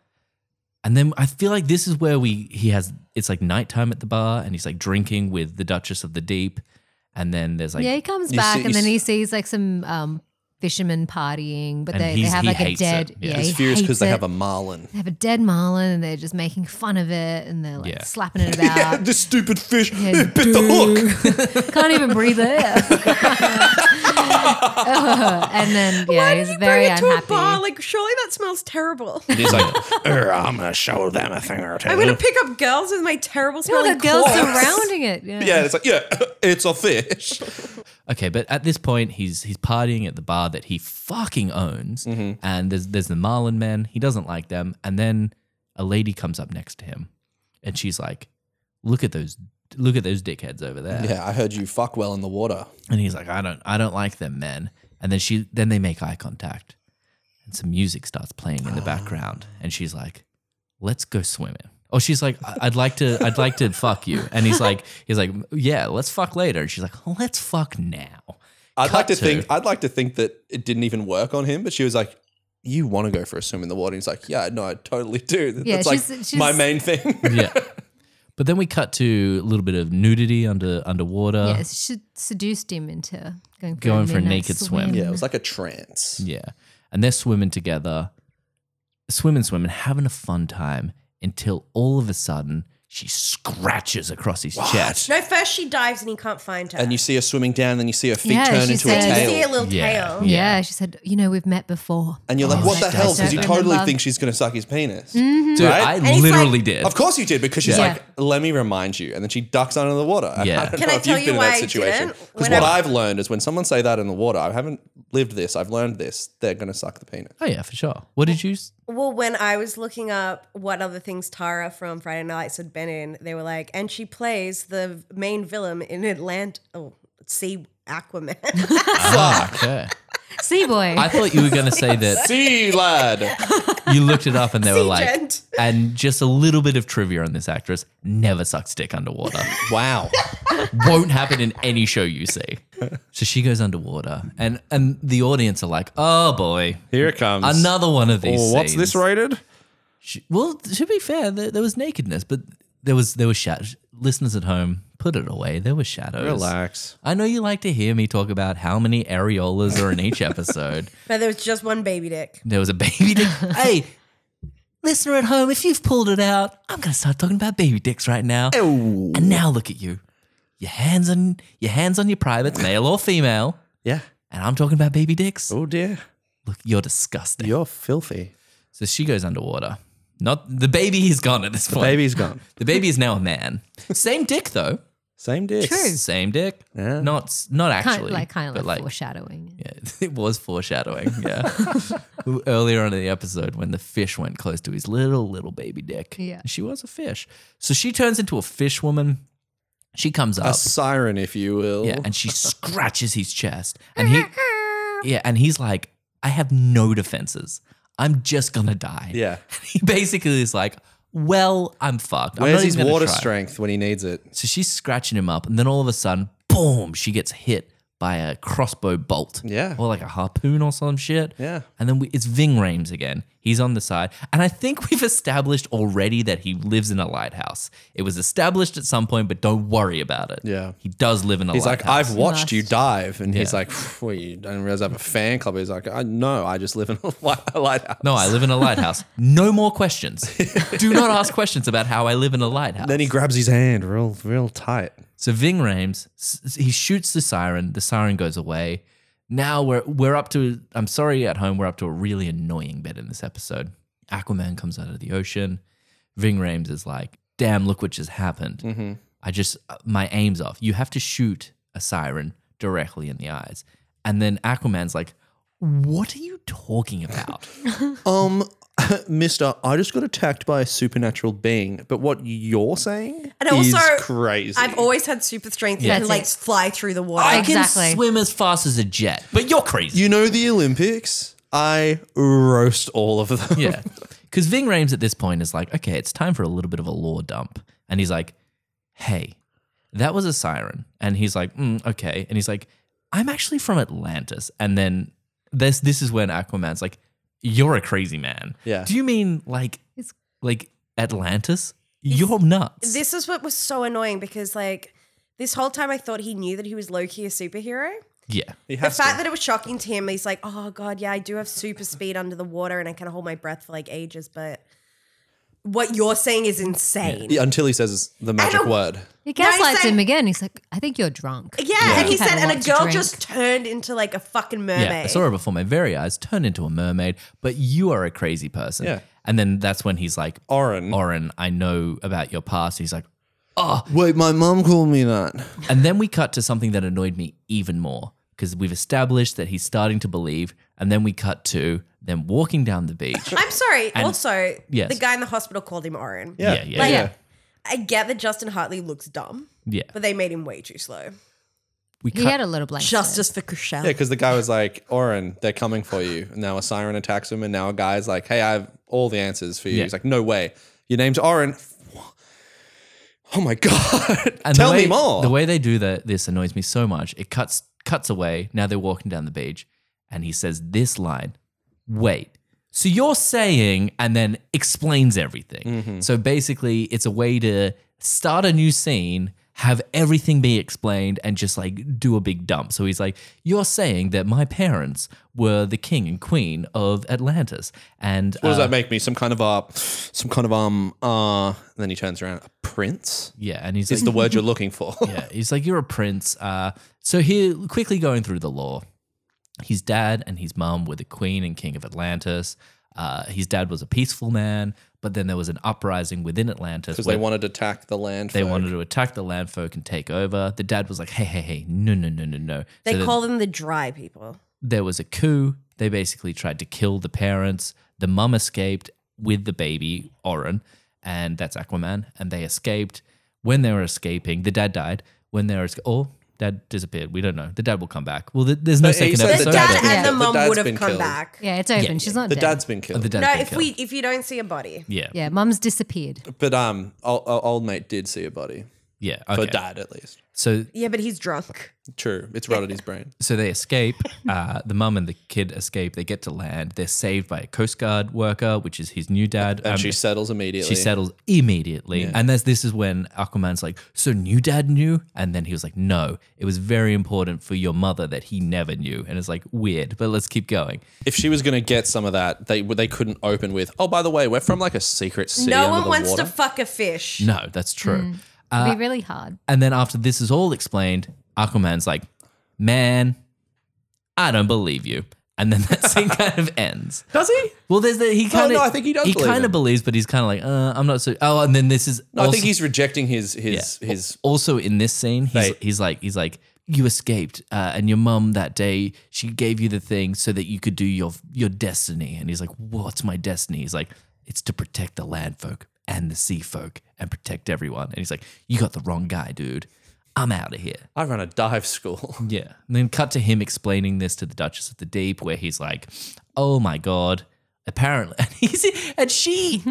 And then I feel like this is where we he has it's like nighttime at the bar, and he's like drinking with the Duchess of the Deep. And then there's like
yeah, he comes
You
back
see-
and then
you
he sees like some um, fishermen partying, but
And
they, they
he's-
have
he
like a
hates it.
dead.
Yeah. He's
Yeah, he
He's furious
hates
because they
it.
have a marlin.
They have a dead marlin and they're just making fun of it and they're like
Yeah.
slapping it
<laughs>
about.
yeah, this stupid fish
Yeah,
it <laughs> bit the hook.
Can't even breathe it.
<laughs>
Uh, and then yeah, he's very
Bring it to a
unhappy.
bar. Like, surely that
<laughs>
smells terrible.
And <laughs> he's like,
"Er, I'm gonna show them a thing or 2
I'm going to pick up girls with my terrible
Look,
smelling
the girls
claws.
surrounding it. Yeah.
"Yeah." It's like, "Yeah, <laughs> it's a fish."
Okay, but at this point, he's he's partying at the bar that he fucking owns, and there's there's the Marlin men. He doesn't like them, and then a lady comes up next to him, and she's like, "Look at those, look at those dickheads over there."
Yeah, I heard you fuck well in the water.
And he's like, I don't, I don't like them men. And then she, then they make eye contact, and some music starts playing in the background. And she's like, "Let's go swimming." Or she's like, "I- "I'd like to, I'd like to <laughs> fuck you." And he's like, he's like, "Yeah, let's fuck later." And she's like, "Let's fuck now."
I'd like
Cut
to
to.
think. I'd like to think that it didn't even work on him, but she was like. You want to go for a swim in the water? He's like, yeah, no, I totally do. <laughs> That's
Yeah,
like
she's- she's-
my main thing. <laughs>
Yeah. But then we cut to a little bit of nudity under underwater.
Yeah, she seduced him into going for,
Uh. Going for a
midnight
naked swim.
Yeah, it was like a trance.
Yeah. And they're swimming together, swimming, swimming, having a fun time until all of a sudden she scratches across his
What?
chest.
<laughs> No, first she dives and he can't find her.
And you see her swimming down, and then you see her feet
Yeah,
turn
she
into a
says-
And you see a
tail.
little
Yeah.
tail.
Yeah. she said, you know, we've met before.
And you're like,
Oh,
what the
I
hell?
don't
Because you
remember.
totally think she's going to suck his penis.
Mm.
Dude,
Right?
I
And
he's
literally
like-
did.
Of course you did, because she's
Yeah.
like, let me remind you. And then she ducks under the water. <laughs> I-
Yeah.
I don't
Can
know
I
if
tell
you've
you
been in
why I
that situation.
didn't?
Because
When
what
I-
I've learned is when someone say that in the water, I haven't lived this, I've learned this, they're going to suck the penis. <laughs>
Oh yeah, for sure. What did you? s-
Well, when I was looking up what other things Tara from Friday Nights had been in, they were like, and she plays the main villain in Atlanta. Oh, see Aquaman. <laughs>
Ah, okay.
Sea boy.
I thought you were going to say
<laughs>
that
See, lad.
you looked it up and they were
Sea
like,
gent.
and just a little bit of trivia on this actress never sucks dick underwater.
<laughs> Wow.
Won't happen in any show you see. So she goes underwater, and and the audience are like, oh boy,
Here it comes.
another one of these.
Oh, what's
scenes.
this rated?
She- well, to be fair, there, there was nakedness, but there was there was shadows. Listeners at home, put it away. There were shadows.
Relax.
I know you like to hear me talk about how many areolas are in each episode.
but there was just one baby dick.
There was a baby <laughs> dick. hey, listener at home, if you've pulled it out, I'm going to start talking about baby dicks right now. And now look at you. Your hands on your hands on your privates, male or female,
Yeah.
and I'm talking about baby dicks.
Oh dear.
Look, you're disgusting.
You're filthy.
so she goes underwater. Not the baby is gone at this point.
Baby's gone.
The baby is now a man. Same dick though.
<laughs> Same dick.
Same dick.
Yeah.
Not not
kind,
actually.
like, kind of
but
like,
like
foreshadowing.
Yeah, <laughs> it was foreshadowing. Yeah. <laughs> Earlier on in the episode, when the fish went close to his little, little baby dick.
Yeah.
She was a fish. So she turns into a fish woman. She comes
A
up.
siren, if you will.
Yeah. And she scratches his chest. And he, yeah. And he's like, I have no defenses. I'm just going to die.
Yeah.
<laughs> He basically is like, well, I'm fucked. I'm
Where's
not
his
even gonna
water
try."
strength when he needs it?
So she's scratching him up, and then all of a sudden, boom, she gets hit by a crossbow bolt.
Yeah.
Or like a harpoon or some shit.
Yeah.
And then we, it's Ving Rames again. He's on the side. And I think <laughs> we've established already that he lives in a lighthouse. It was established at some point, but don't worry about it.
Yeah.
He does live in a
He's like,
lighthouse.
I've watched you
Must.
dive. And he's like, well, you don't realize I have a fan club. He's like, I no, I just live in a <laughs> li- a lighthouse.
no, I live in a lighthouse. No more
<laughs>
questions. Do not ask questions about how I live in a lighthouse.
Then he grabs his hand real, real tight.
So Ving Rames, s- s- he shoots the siren. The siren goes away. Now we're we're up to. I'm sorry, at home we're up to a really annoying bit in this episode. Aquaman comes out of the ocean. Ving Rames is like, "Damn, look what just happened. I just uh, my aim's off. You have to shoot a siren directly in the eyes." And then Aquaman's like, "What are you talking about?"
Um, <laughs> Mister, I just got attacked by a supernatural being. But what you're saying
And also,
is crazy.
I've always had super strength
Yeah.
and
That's
like
it.
fly through the water.
I
Exactly.
can swim as fast as a jet, but you're crazy.
you know the Olympics. I roast all of them.
Yeah. <laughs> Because Ving Rames at this point is like, okay, it's time for a little bit of a lore dump. And he's like, hey, that was a siren. And he's like, mm, okay. And he's like, I'm actually from Atlantis. And then this this is when Aquaman's like, you're a crazy man.
Yeah.
Do you mean like
It's-
like Atlantis? You're nuts.
This is what was so annoying because like this whole time I thought he knew that he was low key a superhero.
yeah.
<laughs> He
The
has
fact
to.
that it was shocking to him, he's like, "Oh God, yeah, I do have super speed under the water, and I can hold my breath for like ages." But what you're saying is insane. Yeah,
Yeah, until he says the magic
don't-
word.
He
No, he
gaslights
said-
him again. He's like, I think you're drunk.
and he
You've had
said,
a
and a
lot to
girl
drink.
just turned into like a fucking mermaid.
Yeah, I saw her before my very eyes turn into a mermaid, but you are a crazy person.
Yeah.
And then that's when he's like,
Oren.
Oren, I know about your past. He's like, oh,
Wait, my mum called me that.
And then we cut to something that annoyed me even more because we've established that he's starting to believe, and then we cut to them walking down the
<laughs>
beach.
I'm sorry. also,
Yes.
the guy in the hospital called him Oren.
Yeah, yeah,
Like,
yeah.
I get that Justin Hartley looks dumb,
yeah,
but they made him way too slow.
we
He
cut.
had a little blank.
Justice for Cushell.
Yeah, because the guy was like, Oren, they're coming for you. And now a siren attacks him, and now a guy's like, hey, I have all the answers for you.
Yeah.
He's like, no way. Your name's Oren. Oh my <laughs> God.
and the
Tell
way-
me more.
The way they do that, this annoys me so much. It cuts cuts away. Now they're walking down the beach, and he says this line. Wait. So you're saying, and then
Mm-hmm.
explains everything. So basically, it's a way to start a new scene. have everything be explained and just like do a big dump. So he's like, You're saying that my parents were the king and queen of Atlantis. And
What does
uh,
that make me? Some kind of uh, some kind of um uh. And then he turns around. A prince
yeah, and he's
is
like,
the word you're looking for.
<laughs> yeah, he's like, you're a prince. Uh, so here, quickly going through the law, his dad and his mum were the queen and king of Atlantis. Uh, his dad was a peaceful man, but then there was an uprising within
<laughs>
Atlantis
Because
where
they wanted to attack the land.
they
folk.
wanted to attack the land folk and take over. The dad was like, hey, hey, hey, no, no, no, no, no.
They
So then
call them the dry people.
there was a coup. They basically tried to kill the parents. The mum escaped with the baby, Oren, and that's Aquaman. And they escaped. When they were escaping, the dad died. When they were, esca- or dad disappeared. We don't know. The dad will come back. Well, th- there's no
But he
second
said
The
episode.
So-
dad
but-
and the
The
mum
dad's
would have
been
come
killed.
back.
Yeah, it's open.
Yeah,
She's not
The
dead.
dad's been killed.
the dad
No,
got
if
killed.
we if you don't see a body,
yeah, yeah,
Yeah, mum's disappeared.
but um, old, old mate did see a body.
yeah.
For
Okay.
dad, at least.
So,
yeah, but he's drunk.
True. It's rotted his brain.
so they escape. Uh, the mum and the kid escape. They get to land. They're saved by a coast guard worker, which is his new dad. Um,
And she settles immediately.
She settles immediately. And that's, this is when Aquaman's like, So new dad knew? And then he was like, No, it was very important for your mother that he never knew. And it's like, Weird, but let's keep going.
if she was going to get some of that, they they couldn't open with. Oh, by the way, we're from like a secret city.
no
under
one
the
wants
water."
to fuck a fish.
No, that's true.
It'd be really hard.
And then after this is all explained, Aquaman's like, Man, I don't believe you. And then <laughs> that scene kind of
<laughs>
ends.
Does he?
Well, there's the, he kind of
Oh, no, I think he does
He
believe
kind
him.
of believes, but he's kind of like, uh, I'm not so. Oh, and then this is.
No, I
also-
think he's rejecting his his his.
also in this scene, he's,
They-
he's like, he's like, you escaped, uh, and your mum that day, she gave you the thing so that you could do your your destiny. And he's like, what's my destiny? He's like, it's to protect the land folk and the sea folk and protect everyone. And he's like, you got the wrong guy, dude. I'm out of here.
I run a dive school. <laughs>
Yeah. And then cut to him explaining this to the Duchess of the Deep, where he's like, "Oh my god!" Apparently, <laughs> and he's and
<laughs>
she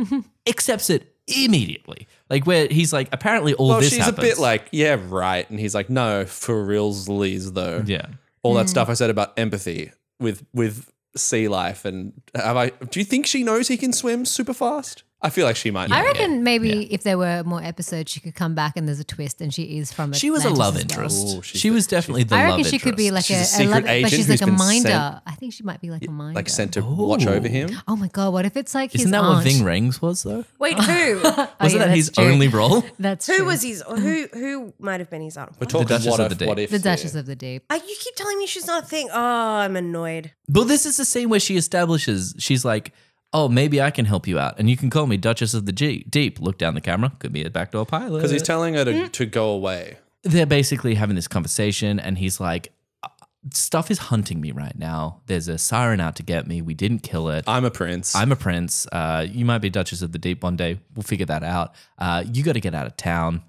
accepts it immediately. Like where he's like, apparently all
Well,
this
she's
happens.
a bit like, yeah, right. And he's like, no, for realsies though.
yeah.
All that
Hmm.
stuff I said about empathy with with sea life and have I? Do you think she knows he can swim super fast? I feel like she might.
I
know.
reckon maybe if there were more episodes, she could come back and there's a twist, and she is from.
She was a
Atlantis
love
as well.
interest.
Ooh, Oh, she's
she
the-
was definitely the
I
love
reckon
interest.
she could be like
She's a
a,
secret
love, but
agent
she's
who's
like a
been
minder.
sent-
I think she might be like a minder.
like sent to watch over him.
Oh my god! What if it's like his
Isn't that
aunt? Oh,
what Ving Rhames was though?
Wait,
<laughs>
who?
Wasn't
yeah,
that his
that's true. <laughs>
only role?
That's
who
true.
was his? Who who might have been his aunt?
<gasps> We're talking
Duchess
what
of the
if,
Deep.
what if
the Duchess of the Deep?
Uh, you keep telling me she's not a thing. Oh, I'm annoyed.
Well, this is the scene where she establishes she's like, "Oh, maybe I can help you out, and you can call me Duchess of the G- Deep." Look down the camera. Could be a backdoor pilot.
Because he's telling her to, to go away.
they're basically having this conversation, and he's like, "Uh, "Stuff is hunting me right now. There's a siren out to get me. We didn't kill it.
I'm a prince.
I'm a prince. Uh, you might be Duchess of the Deep one day. We'll figure that out. Uh, you got to get out of town.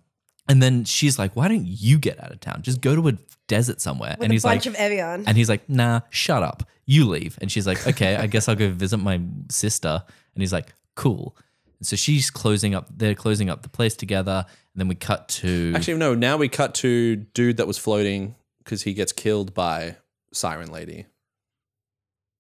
And then she's like, "Why don't you get out of town? Just go to a desert somewhere."
With
and
a
he's
bunch
like,
of Evian.
and he's like, "Nah, shut up. You leave." And she's like, "Okay, I guess I'll go visit my sister." And he's like, "Cool." And so she's closing up. They're closing up the place together. And then we cut to
Actually, no. Now we cut to dude that was floating because he gets killed by Siren Lady.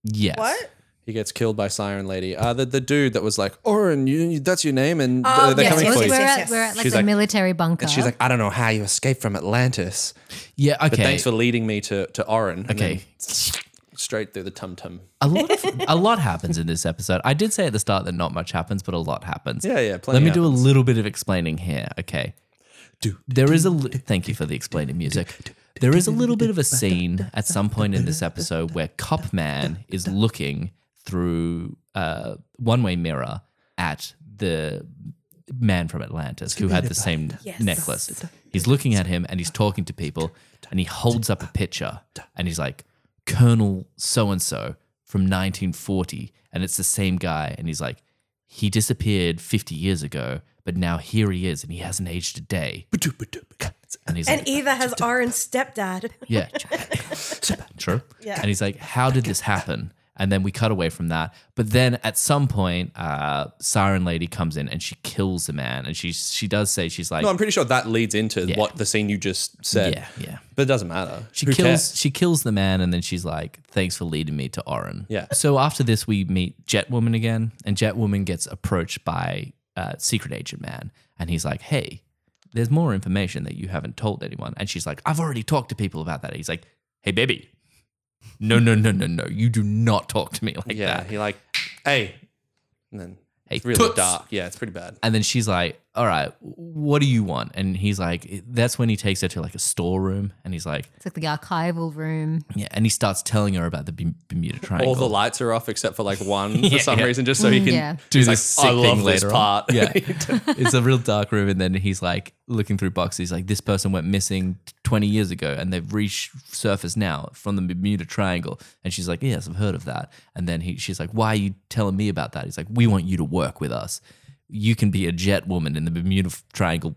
yes.
What?
He gets killed by Siren Lady. Uh, the, the dude that was like, Oren, you, that's your name, and
Oh,
uh, they're
yes,
coming
yes,
for
we're,
you.
yes.
at, we're at like
She's
the
like-
military bunker.
And she's like, I don't know how you escaped from Atlantis,
Yeah.
but
Okay.
thanks for leading me to to Oren. And
Okay.
then straight through the tum tum.
a lot of a lot happens in this episode. I did say at the start that not much happens, but a lot happens.
Yeah, yeah, plenty
Let me do a
happens.
little bit of explaining here. Okay. There is a li- thank you for the explaining music. There is a little bit of a scene at some point in this episode where Cop Man is looking through a one-way mirror at the man from Atlantis who had the same
Yes.
necklace. He's looking at him and he's talking to people and he holds up a picture and he's like, Colonel so and so from 1940. And it's the same guy. And he's like, he disappeared 50 years ago, but now here he is and he hasn't aged a day. And he's
And
like,
Eva has Oren's
<laughs>
stepdad.
yeah, true.
Yeah.
And he's like, how did this happen? And then we cut away from that. But then at some point, uh, Siren Lady comes in and she kills the man. And she she does say she's like,
No, I'm pretty sure that leads into what the scene you just said.
yeah, yeah.
But it doesn't matter.
She
Who
kills
cares?
she kills the man and then she's like, Thanks for leading me to Oren.
Yeah.
So after this we meet Jet Woman again, and Jet Woman gets approached by uh, Secret Agent Man and he's like, Hey, there's more information that you haven't told anyone. And she's like, I've already talked to people about that. He's like, hey, baby. No, no, no, no, no. You do not talk to me like
yeah,
that.
he like, hey, and then
Hey,
it's really
toots.
dark. Yeah, it's pretty bad.
And then she's like, all right, what do you want? And he's like, that's when he takes her to like a storeroom and he's like,
It's like the archival room.
yeah. And he starts telling her about the Berm- Bermuda Triangle.
All the lights are off except for like one
Yeah,
for some
yeah.
reason, just so he can
Yeah.
do
he's
this
like,
sick
I love
thing
this
later on.
<laughs> part.
Yeah, <laughs> it's a real dark room, and then he's like looking through boxes. He's like, "This person went missing 20 years ago, and they've resurfaced now from the Bermuda Triangle." And she's like, "Yes, I've heard of that." And then he, she's like, "Why are you telling me about that?" He's like, "We want you to work with us. You can be a jet woman in the Bermuda Triangle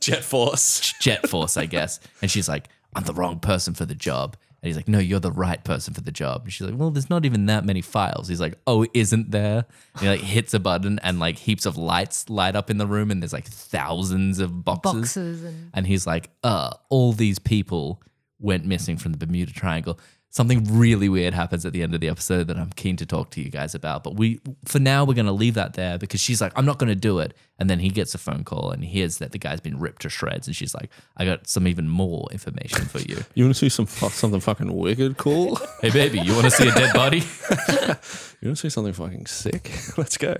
Jet Force.
jet force, I guess. And she's like, I'm the wrong person for the job. And he's like, No, you're the right person for the job. And she's like, Well, there's not even that many files. He's like, Oh, isn't there? And he like hits a button and like heaps of lights light up in the room and there's like thousands of boxes.
Boxes and
And he's like, uh, all these people went missing from the Bermuda Triangle. Something really weird happens at the end of the episode that I'm keen to talk to you guys about. But we, for now, we're going to leave that there because she's like, I'm not going to do it. And then he gets a phone call and hears that the guy's been ripped to shreds. And she's like, I got some even more information for you. <laughs>
You want to see some fu- something fucking wicked cool?
hey, baby, you want to see a dead body? <laughs>
you want to see something fucking sick? Let's go.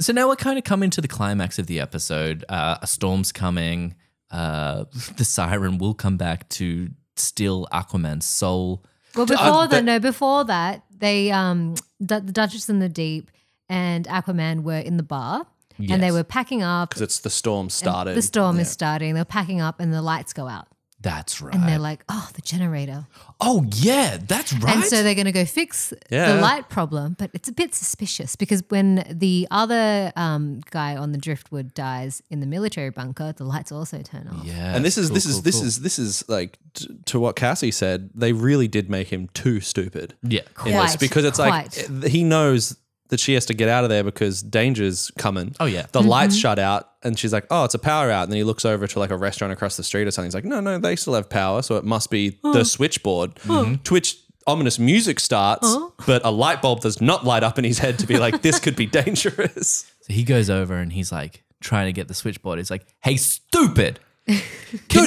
so now we're kind of coming to the climax of the episode. Uh, a storm's coming. Uh, <laughs> the siren will come back to steal Aquaman's soul.
well, before
but-
that, no, before that, they um, Du- the Duchess and the Deep and Aquaman were in the bar and they
Yes.
were packing up.
Because it's the storm
and
started.
The storm is starting. They're packing up and the lights go out.
That's right.
And they're like, oh, the generator.
Oh yeah, that's right.
And so they're going to go fix
Yeah.
the light problem, but it's a bit suspicious because when the other um, guy on the driftwood dies in the military bunker, the lights also turn off.
yeah,
and this is
cool,
this is
cool,
this
cool.
is this is like t- to what Cassie said. They really did make him too stupid.
yeah.
in this
Quite,
because it's
quite.
like eh, he knows that she has to get out of there because danger's coming.
Oh, yeah.
Mm-hmm.
the lights shut out, and she's like, "Oh, it's a power out." And then he looks over to like a restaurant across the street or something. He's like, "No, no, they still have power, so it must be the switchboard."
Mm-hmm.
To which ominous music starts, but a light bulb does not light up in his head to be like, "This could be dangerous."
So he goes over and he's like trying to get the switchboard. He's like, "Hey,
<laughs>
stupid! <laughs> Can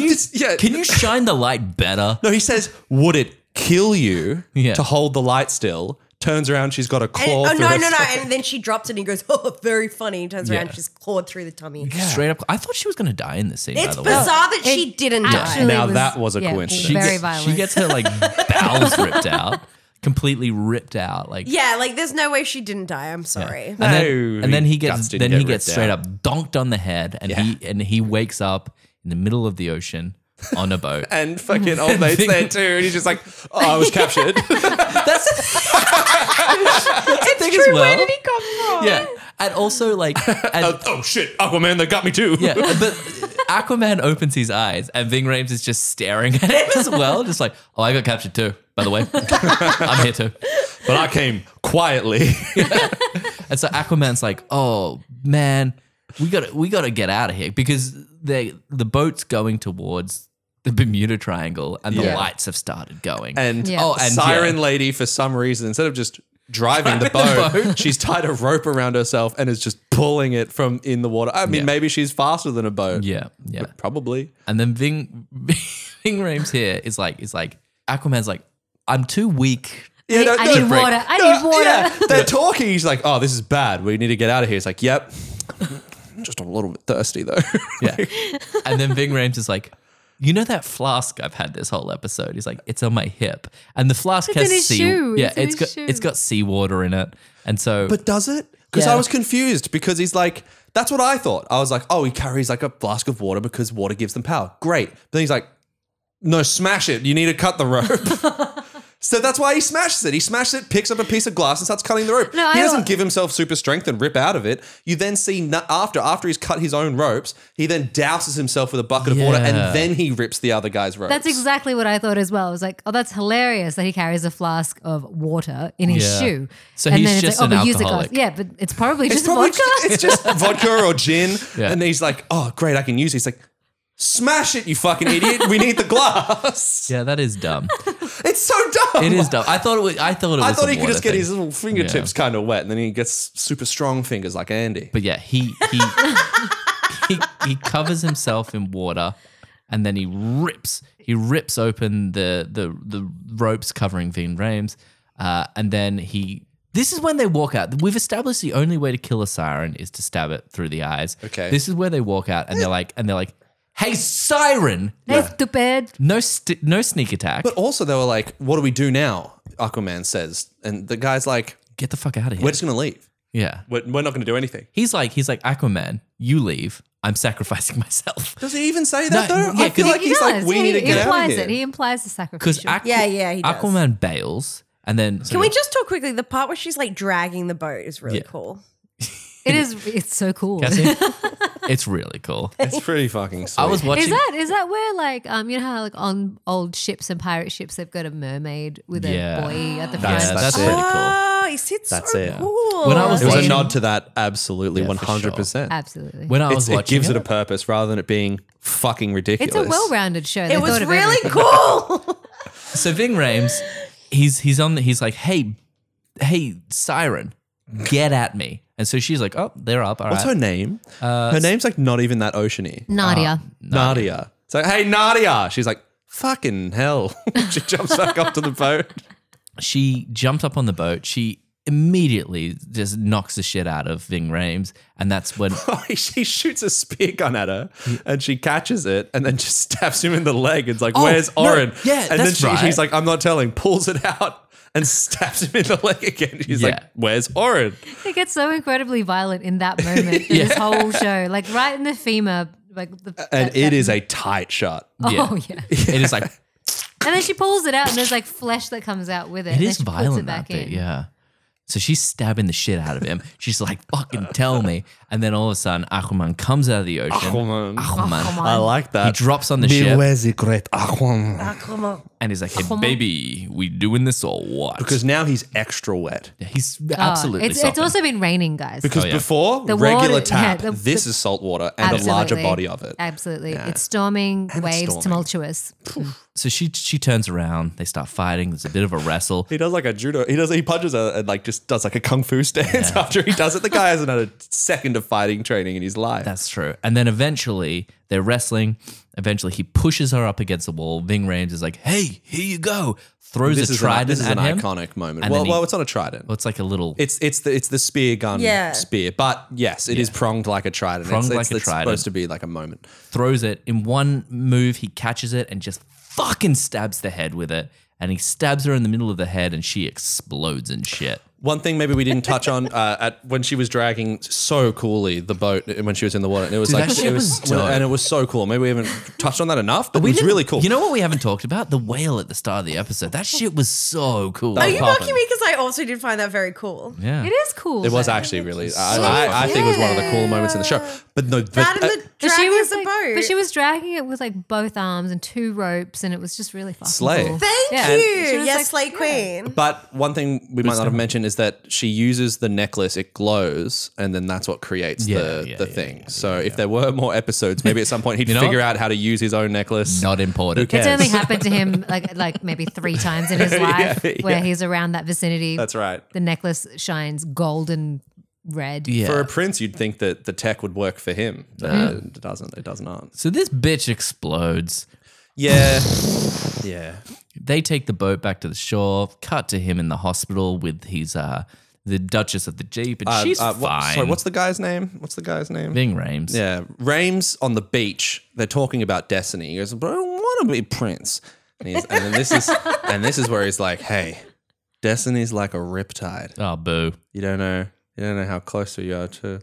you
this- yeah.
can you shine the light better?"
No, he says, "Would it kill you
Yeah.
to hold the light still?" Turns around, she's got a
And,
claw.
oh,
through
no,
her
no, no.
throat.
And then she drops it and he goes, <laughs> oh, very funny. And turns around
Yeah.
and she's clawed through the tummy.
Straight up, I thought she was gonna die in this scene. by
It's
the
bizarre
way,
that she
It
didn't
actually
die.
Now that was a
yeah,
coincidence.
She
Very
gets-
violent.
She gets her like
<laughs>
bowels ripped out, completely ripped out. Like
Yeah, like there's no way she didn't die. I'm sorry.
And, then,
No,
and then
he
he gets
guts didn't
then
get
he gets
ripped
straight
out.
up donked on the head, and he and he wakes up in the middle of the ocean on a
<laughs>
boat.
and fucking old mate's there too. And he's just like, oh, <laughs> I was captured.
<laughs>
That's the thing as well. Where did he come from? Yeah, and also
<laughs>
like, and,
<laughs> oh shit, Aquaman, they got me too.
yeah, but Aquaman opens his eyes, and Ving Rhames is just staring at him as well, just like, oh, I got captured too. By the
<laughs>
way, I'm here too.
<laughs> But I came quietly.
And so Aquaman's like, "Oh man, we got to we got to get out of here because they the boat's going towards the Bermuda Triangle and the
Yeah.
lights have started going."
<laughs> And
Yeah.
oh, and
Siren
yeah.
Lady, for some reason, instead of just driving <laughs> the boat, she's tied a rope around herself and is just pulling it from in the water. I mean,
Yeah.
maybe she's faster than a boat.
yeah, yeah.
Probably.
And then Ving <laughs> Ving Rhames here is like is like Aquaman's like, "I'm too weak."
Yeah,
I need
break.
water. I
No,
need water. <laughs>
yeah, they're talking. He's like, oh, this is bad. We need to get out of here. He's like, <laughs> yep. I'm Just a little bit thirsty though. <laughs>
Yeah. <laughs> and then Ving Rhames is like. You know that flask I've had this whole episode. He's like, it's on my hip, and the flask
It's
has
in his
sea.
shoe.
Yeah,
It's in
it's
his
got
shoe.
it's got seawater in it, and so
But does it? Because
Yeah.
I was confused because he's like, that's what I thought. I was like, oh, he carries like a flask of water because water gives them power. Great. But then he's like, no, smash it. You need to cut the rope.
<laughs>
<laughs> so that's why he smashes it. He smashes it, picks up a piece of glass, and starts cutting the rope.
No,
he
I-
doesn't give himself super strength and rip out of it. You then see na- after after he's cut his own ropes, he then douses himself with a bucket of water
Yeah.
and then he rips the other guy's rope.
That's exactly what I thought as well. I was like, oh, that's hilarious that he carries a flask of water in his
Yeah.
shoe.
So he's just an
oh, but use a glass.
alcoholic.
Yeah, but it's probably just vodka.
<laughs> It's just vodka or gin.
Yeah.
And he's like, oh, great, I can use it. He's like, smash it, you fucking idiot. We need the
<laughs>
glass.
yeah, that is dumb.
It's so dumb.
It is dumb. I thought it was. I thought it was.
I thought
a
he could
water
just get
thing.
his little fingertips kind of wet and then he gets super strong fingers like Andy.
But yeah, he he he, he covers himself in water and then he rips he rips open the the the ropes covering Vin Rames. Uh, and then he this is when they walk out. We've established the only way to kill a siren is to stab it through the eyes.
Okay.
This is where they walk out and they're like and they're like, "Hey siren,
<laughs> That's stupid.
no st- no sneak attack.
But also, they were like, "What do we do now?" Aquaman says, and the guy's like,
Get the fuck out of here."
"We're just gonna leave.
yeah.
We're, we're not gonna do anything."
He's like he's like Aquaman, you leave. I'm sacrificing <laughs> myself.
Does he even say that
No,
though?
yeah,
I feel
'cause
like he's like, "We
Yeah,
need to
he
get out
implies
of here."
it. He implies the sacrifice.
Cuz Aqu-
Yeah, yeah, he does.
Aquaman bails and then
Can we just talk quickly? The part where she's like dragging the boat is really
Yeah.
cool.
it is. It's so cool.
Cassie? it's really
<laughs>
cool.
it's pretty fucking. Sweet.
I was watching
Is that is that where like um you know how like on old ships and pirate ships they've got a mermaid with
Yeah.
a boy at the front?
That's,
That's
that's
it.
pretty cool.
Oh, you see, it's
That's
so
it.
cool.
When I was
It was a
watching-
nod to that. Absolutely,
Yeah, for
one hundred percent.
Absolutely.
When I was
It's- It
watching
gives it a purpose rather than it being fucking ridiculous.
it's a well-rounded show. They
it was
thought of <laughs>
really
everything.
cool.
so Ving Rames, he's he's on the, he's like, hey, hey, siren, get at me. And so she's like, oh, they're up. All right.
What's her name? her name's like not even that oceany.
Nadia.
Uh, Nadia. It's like, hey, Nadia. She's like, fucking
<laughs>
hell. <laughs> she jumps back up to the boat. <laughs>
she jumped up on the boat. She immediately just knocks the shit out of Ving Rames, and that's
<laughs>
when
she shoots a spear gun at her and she catches it and then just <laughs> stabs him in the leg. It's like,
Oh,
where's
no,
Oren?
yeah,
and then
that's
she,
right.
she's like, I'm not telling, pulls it out and <laughs> stabs him in the leg again. She's like,
Yeah.
where's Oren?
It gets so incredibly violent in that moment. in This whole show, like right in the femur, like the,
And
that-
it
that-
is a tight shot.
Oh yeah.
it is like
And then she pulls it out, and there's like flesh that comes out with it.
it
and <laughs> then
is
she puts
violent
it
that
back
bit,
in.
yeah. So she's stabbing the shit out of him. She's like, fucking tell me. And then all of a sudden, Aquaman comes out of the ocean.
Aquaman.
Aquaman.
I like
He
that.
drops on the ship
the great Aquaman.
Come on.
and he's like, hey, baby, we doing this or what?
Because now he's extra wet.
he's
Oh,
absolutely
It's, it's
softened.
also been raining, guys.
Because
Oh, yeah.
before,
The
regular
water- yeah,
tap,
the-
this is salt water and a larger
Absolutely.
body of it.
Absolutely. It's storming, waves,
storming.
tumultuous.
So she she turns around. They start fighting. There's a bit of a wrestle.
He does like a judo. He does. He punches her and like just does like a kung fu stance after he does it. The guy hasn't had a second of fighting training in his life.
That's true. And then eventually they're wrestling. Eventually he pushes her up against the wall. Ving Rhames is like, "Hey, here you go!" Throws
this
a
is, an,
trident
this is
at
an
him.
iconic moment.
And
Well,
then he-
well, it's not a trident.
Well, it's like a little.
It's it's the it's the spear gun
Yeah.
spear. But yes, it is pronged like a trident.
Pronged
it's,
like
it's,
a
it's
trident.
supposed to be like a moment.
throws it in one move. He catches it and just fucking stabs the head with it. And he stabs her in the middle of the head, and she explodes and shit.
One thing maybe we didn't
<laughs>
touch on uh, at when she was dragging so coolly the boat uh, when she was in the water. And it was
Dude,
like
that shit
it was,
was dope.
and it was so cool. Maybe we haven't touched on that enough, but it was
didn't-
really cool.
You know what we haven't talked about? The whale at the start of the episode. That shit was so cool.
Are you
Poppin'.
mocking me? Because I also did find that very cool.
yeah.
It is cool.
It was
though.
actually really. I, I, I think it was one of the cool moments in the show. But no, but,
That and
uh,
the dragging
was
the
like-
boat.
But she was dragging it with like both arms and two ropes, and it was just really fucking
Slay.
cool.
Thank
Yeah.
you.
And she was
Yes,
like,
Slay Queen.
but one thing we might not have mentioned is that she uses the necklace; it glows, and then that's what creates the
yeah,
the
yeah,
thing. so if there were more episodes, maybe at
<laughs>
some point he'd figure out how to use his own necklace.
Not important.
It's only happened to him like like maybe three times in his life where he's around that vicinity.
That's right.
The necklace shines golden red.
Yeah. Mm-hmm.
For a prince, you'd think that the tech would work for him. but It doesn't. It does not.
so this bitch explodes.
Yeah. yeah.
They take the boat back to the shore. Cut to him in the hospital with his uh the Duchess of the Jeep, and
Uh,
she's
uh, what-
fine.
sorry, what's the guy's name? What's the guy's name?
Ving Rames?
Yeah, Rames on the beach. They're talking about destiny. He goes, "But I don't want to be prince." And, he's, and then this is
<laughs>
and this is where he's like, "Hey, destiny's like a riptide.
Oh boo!
You don't know. You don't know how close you are to.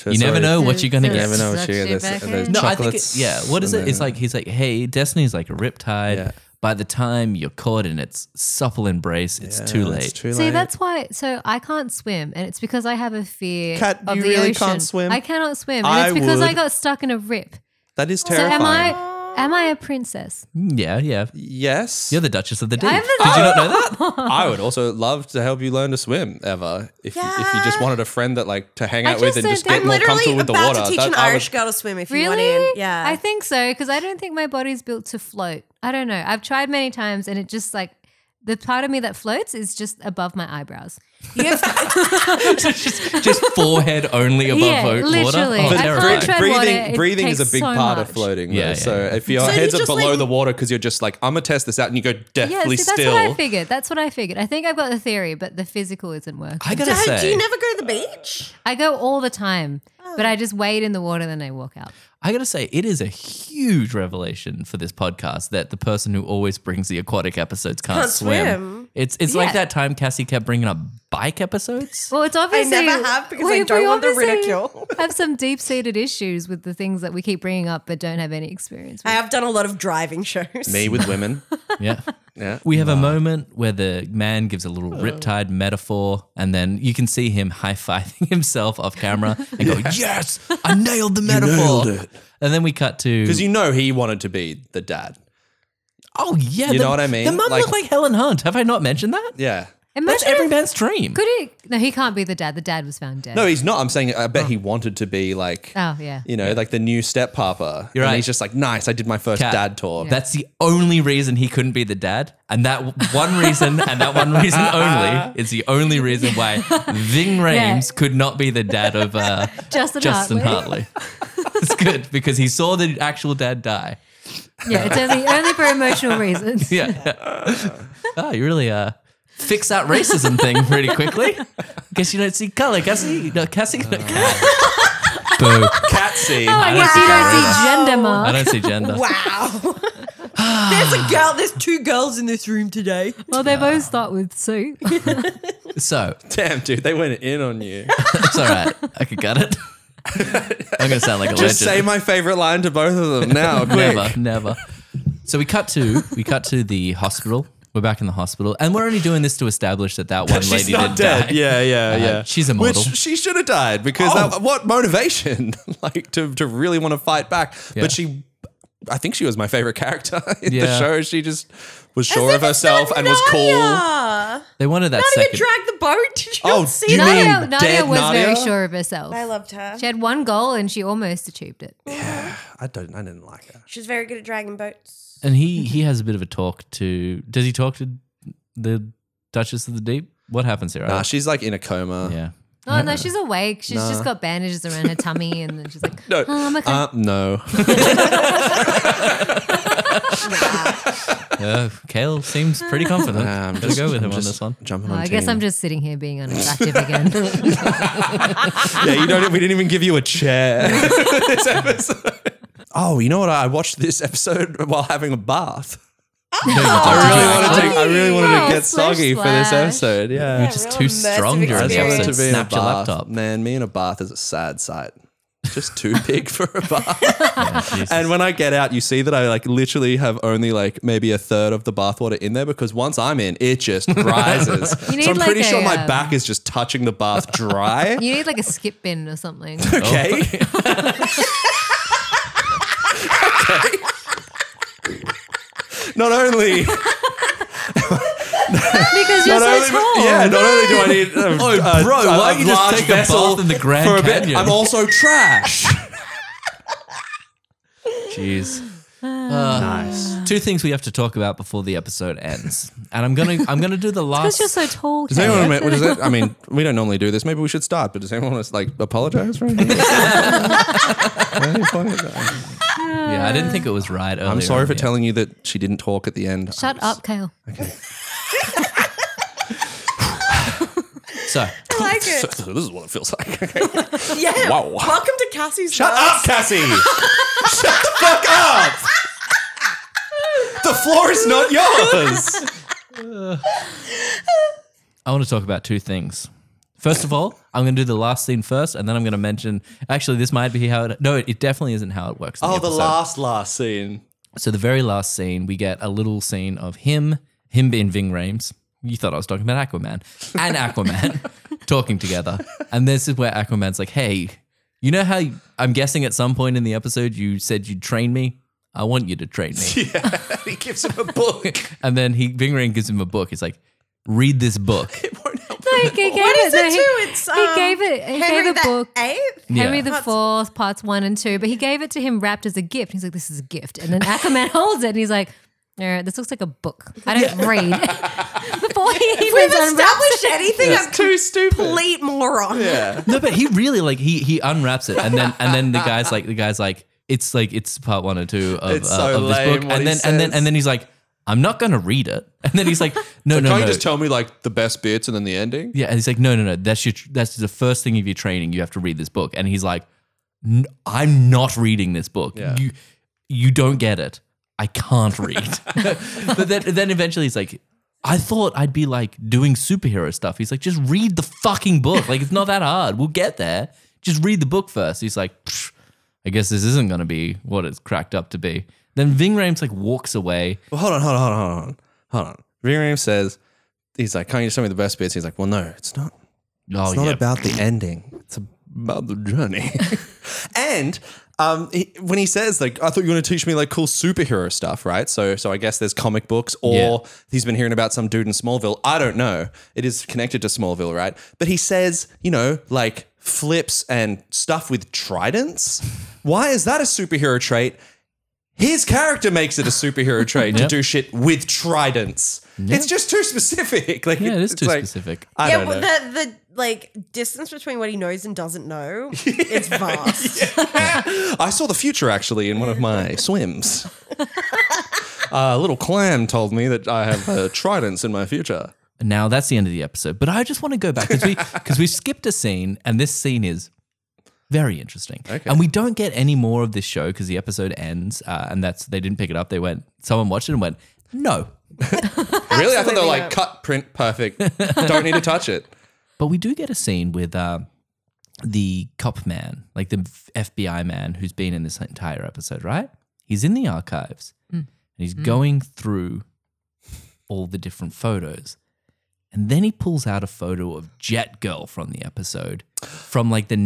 to
You never
sorry,
know what you're gonna
You
get.
never know what
Sucks
you're
you
gonna
back
get. There's
in.
No,
chocolates
I think it, yeah. What is
and
it? It's
then-
like he's like, hey, destiny's like a riptide.
Yeah.
By the time you're caught in its supple embrace, it's too
Yeah,
late.
it's too
See,
late.
that's why. So I can't swim, and it's because I have a fear
Kat,
of
you
the
really
ocean.
can't swim?
I cannot swim, and
I
it's because I
would.
got stuck in a rip.
that is
So
terrifying.
am I? Am I a princess?
Mm, Yeah, yeah.
Yes.
You're the Duchess of the Deep.
I'm the-
Did you not know that? <laughs>
I would also love to help you learn to swim, Eva. If, you, if you just
Yeah.
wanted a friend that like to hang
I
out with
just
and
said
just
that-
get
I'm
more
Literally
comfortable with
about
the water,
to teach
that,
an
I would-
Irish girl to swim if you want
Really?
in. Yeah.
I think so because I don't think my body's built to float. I don't know. I've tried many times, and it just like the part of me that floats is just above my eyebrows.
<laughs> just, just forehead only above
Yeah,
wa- water.
literally.
Oh,
I
they're
can't
right.
try- tread water,
breathing
it
breathing is a
takes
big
so
part of
much.
floating.
Yeah,
though.
yeah,
so
yeah.
if your
So you
heads are
just,
below
like-
the water because you're just like, I'm gonna test this out, and you go
Yeah,
deathly
see, that's
still.
what I figured. That's what I figured. I think I've got the theory, but the physical isn't working.
I gotta
Do,
say,
do you never go to the beach?
I go all the time,
Oh.
but I just wade in the water, then I walk out.
I gotta say, it is a huge revelation for this podcast that the person who always brings the aquatic episodes can't,
Can't
swim.
swim.
It's it's
Yeah.
like that time Cassie kept bringing up bike
<laughs>
episodes.
Well, it's
I
obviously
never have because I
we-
don't
we
want the
obviously
ridicule.
<laughs> Have some deep seated issues with the things that we keep bringing up, but don't have any experience.
I
With.
have done a lot of driving shows. <laughs>
Me with <laughs> women.
yeah.
Yeah.
We have a moment where the man gives a little riptide metaphor, and then you can see him high fiving <laughs> himself off camera and go, Yes, I nailed the metaphor.
nailed it.
And then we cut to.
Because you know he wanted to be the dad.
oh, yeah.
You
the-
know what I mean?
The mum
Like-
looked like Helen Hunt. Have I not mentioned that?
Yeah.
That's
Imagine
every
if-
man's dream.
could he? No, he can't be the dad. The dad was found dead.
No, he's not. I'm saying I bet he wanted to be like
Oh yeah.
you know, like the new step papa.
You're
and
right.
he's just like, nice, I did my first
Cat.
dad tour. <laughs>
That's the only reason he couldn't be the dad. And that w- one reason, and that one reason <laughs> only, is the only reason why Ving Rhames could not be the dad of <laughs> uh,
Justin
Justin
Hartley.
Hartley. it's good because he saw the actual dad die.
<laughs> Yeah, it's only only for
<laughs>
emotional reasons.
Yeah. oh, you really uh, fix that racism thing pretty quickly. <laughs> Guess you don't see color, Cassie. No, Cassie. No, Cat. Boo.
Catsy.
<laughs> Oh, I guess
see
you don't
that
see gender
I
mark.
don't see gender.
<laughs>
Wow. there's a girl. There's two girls in this room
<laughs>
today.
Well, they both start with Sue.
So
Damn, dude, they went in on <laughs> you.
it's all right. I could gut it. <laughs> I'm gonna sound like a
just
legend.
say my favorite line to both of them <laughs> now. quick.
never, never. So we cut to we cut to the hospital. We're back in the hospital, and we're only doing this to establish that
<laughs>
that one
She's
lady
not
did
dead.
die.
Yeah, yeah,
Uh,
yeah.
she's Oh. a model.
Which she should have died because that, what motivation, <laughs> like to, to really want to fight back.
Yeah.
But she, I think she was my favorite character <laughs> in the
Yeah.
show. She just was sure of herself and was cool.
They wanted that
Nadia
second.
dragged the boat. Did you
Oh,
not see
you
that?
mean-
Nadia, Nadia
dead
was very
Nadia?
sure of herself.
I loved her.
She had one goal and she almost achieved it.
I don't. I didn't like her.
She's very good at dragging boats.
and he he has a bit of a talk to. Does he talk to the Duchess of the Deep? What happens here? I
Nah,
don't-
she's like in a coma.
yeah.
Oh no, she's awake. She's just got bandages around her tummy, and then she's like,
No.
"Oh, I'm okay."
Uh,
<laughs>
no.
Uh, Kale seems pretty confident.
Nah, I'm
I'm
just-
go with
I'm
him on
just
this
<laughs>
one.
Jumping
Oh,
on
I guess
team.
I'm just sitting here being unattractive
<laughs>
again. <laughs>
Yeah, you don't. We didn't even give you a
<laughs>
chair. <laughs> this episode. <laughs> Oh, you know what? I watched this episode <laughs> while having a bath.
<laughs> Oh,
I really wanted to. I really wanted
Oh,
to get
splash,
soggy for this
splash.
episode. Yeah,
You're just too
real immersive
strong during the
I wanted
episode.
to be in a
Snapped your
bath.
laptop.
Man, me in a bath is a sad sight. Just too <laughs> big for a bath.
Jesus.
and when I get out, you see that I like literally have only like maybe a third of the bathwater in there because once I'm in, it <laughs> just rises.
You
so I'm
need,
pretty
like,
sure
a,
my
um,
back is just touching the bath <laughs> dry.
you need like a skip bin
<laughs>
or something.
okay. Oh. <laughs> Okay. Not only, not
because you're so
only,
tall.
yeah, not only do I need, a,
Oh,
a-
bro,
a-
why
a
don't you just
large
take a bath
vessel
in the Grand
for a bit,
Canyon?
I'm also <laughs> trash.
Jeez.
Ah.
nice. Two things we have to talk about before the episode ends, and I'm gonna I'm gonna
<laughs>
do the last.
<laughs> Because you're so tall.
Does anyone? admit- what is it? I mean, we don't normally do this. Maybe we should start. But does anyone want to like apologize for <laughs> anything?
yeah, I didn't think it was right. Earlier
I'm sorry
on,
for
yeah.
telling you that she didn't talk at the end.
Shut up, Kale.
So
I like it.
So this is what it feels like. <laughs>
Yeah.
Wow.
Welcome to Cassie's.
Shut up, Cassie. Shut the fuck up. The floor is not yours.
I want to talk about two things. First of all, I'm going to do the last scene first, and then I'm going to mention. Actually, this might be how it. No, it definitely isn't how it works. in episode.
Oh, last scene.
So the very last scene, we get a little scene of him, him being Ving Rhames. You thought I was talking about Aquaman and Aquaman talking together, and this is where Aquaman's like, "Hey, you know how you- I'm guessing at some point in the episode you said you'd train me. I want you to train me."
Yeah, he gives him a book.
<laughs> and then he Ving Rhames gives him a book. He's like, "Read this book."
It won't help.
No, he gave
What
it.
is
no,
it
he-
too? It's
he
um,
gave it. He
Henry
gave a
the
book.
Eighth.
Yeah.
Henry the
Parts- <laughs>
Fourth, parts one and two, but he gave it to him wrapped as a gift. He's like, "This is a gift," and then Ackerman holds it and he's like, All right, this looks like a book. I don't read.
<laughs>
Before he
We've
even
established anything. I'm
Too stupid.
complete moron.
Yeah.
<laughs> No, but he really like he he unwraps it, and then and then the guy's like the guy's like it's like it's part one or two of,
It's
uh,
so
of this
lame
book,
what
and
he
then and then
says.
and then he's like, I'm not gonna read it, and then he's like,
<laughs>
No, no,
Can't
no.
you just tell me like the best bits and then the ending?
yeah, and he's like, No, no, no. That's your that's the first thing of your training. You have to read this book, and he's like, "N- I'm not reading this book.
Yeah.
You you don't get it. I can't
<laughs>
read. <laughs> but then then eventually he's like. I thought I'd be like doing superhero stuff. He's like, just read the fucking book. Like, it's not that hard. We'll get there. Just read the book first. He's like, "Psh, I guess this isn't going to be what it's cracked up to be. Then Ving Rhames like walks away.
Well, hold on, hold on, hold on, hold on, hold on. Viram says, he's like, can't you just tell me the best bits? He's like, well, no, it's not.
Oh,
It's not
yeah.
about <clears throat> the ending. It's about the journey. <laughs> and um, he, when he says like, I thought you were going to teach me like cool superhero stuff, right? So, so I guess there's comic books, or
Yeah.
he's been hearing about some dude in Smallville. I don't know. It is connected to Smallville, right? But he says, you know, like flips and stuff with tridents. Why is that a superhero trait? His character makes it a superhero
<laughs>
trait
Yep.
to do shit with tridents. It's just too specific. <laughs> Like,
yeah, it is
it's
too
like-
specific.
I
yeah,
don't know.
but the the like distance between what he knows and doesn't
<laughs>
know, it's vast.
I saw the future actually in one of my <laughs> swims. A little clam told me that I have uh, tridents in my future.
Now that's the end of the episode. But I just want to go back because we because we skipped a scene, and this scene is very interesting. Okay. And we don't get any more of this show because the episode ends, uh, and that's they didn't pick it up. They went, someone watched it and went, no.
Really? I thought they were
Absolutely
like
not.
cut, print, perfect. Don't need to touch it.
But we do get a scene with uh, the cop man, like the FBI man who's been in this entire episode, right? He's in the archives and he's going through all the different photos. And then he pulls out a photo of Jet Girl from the episode from like the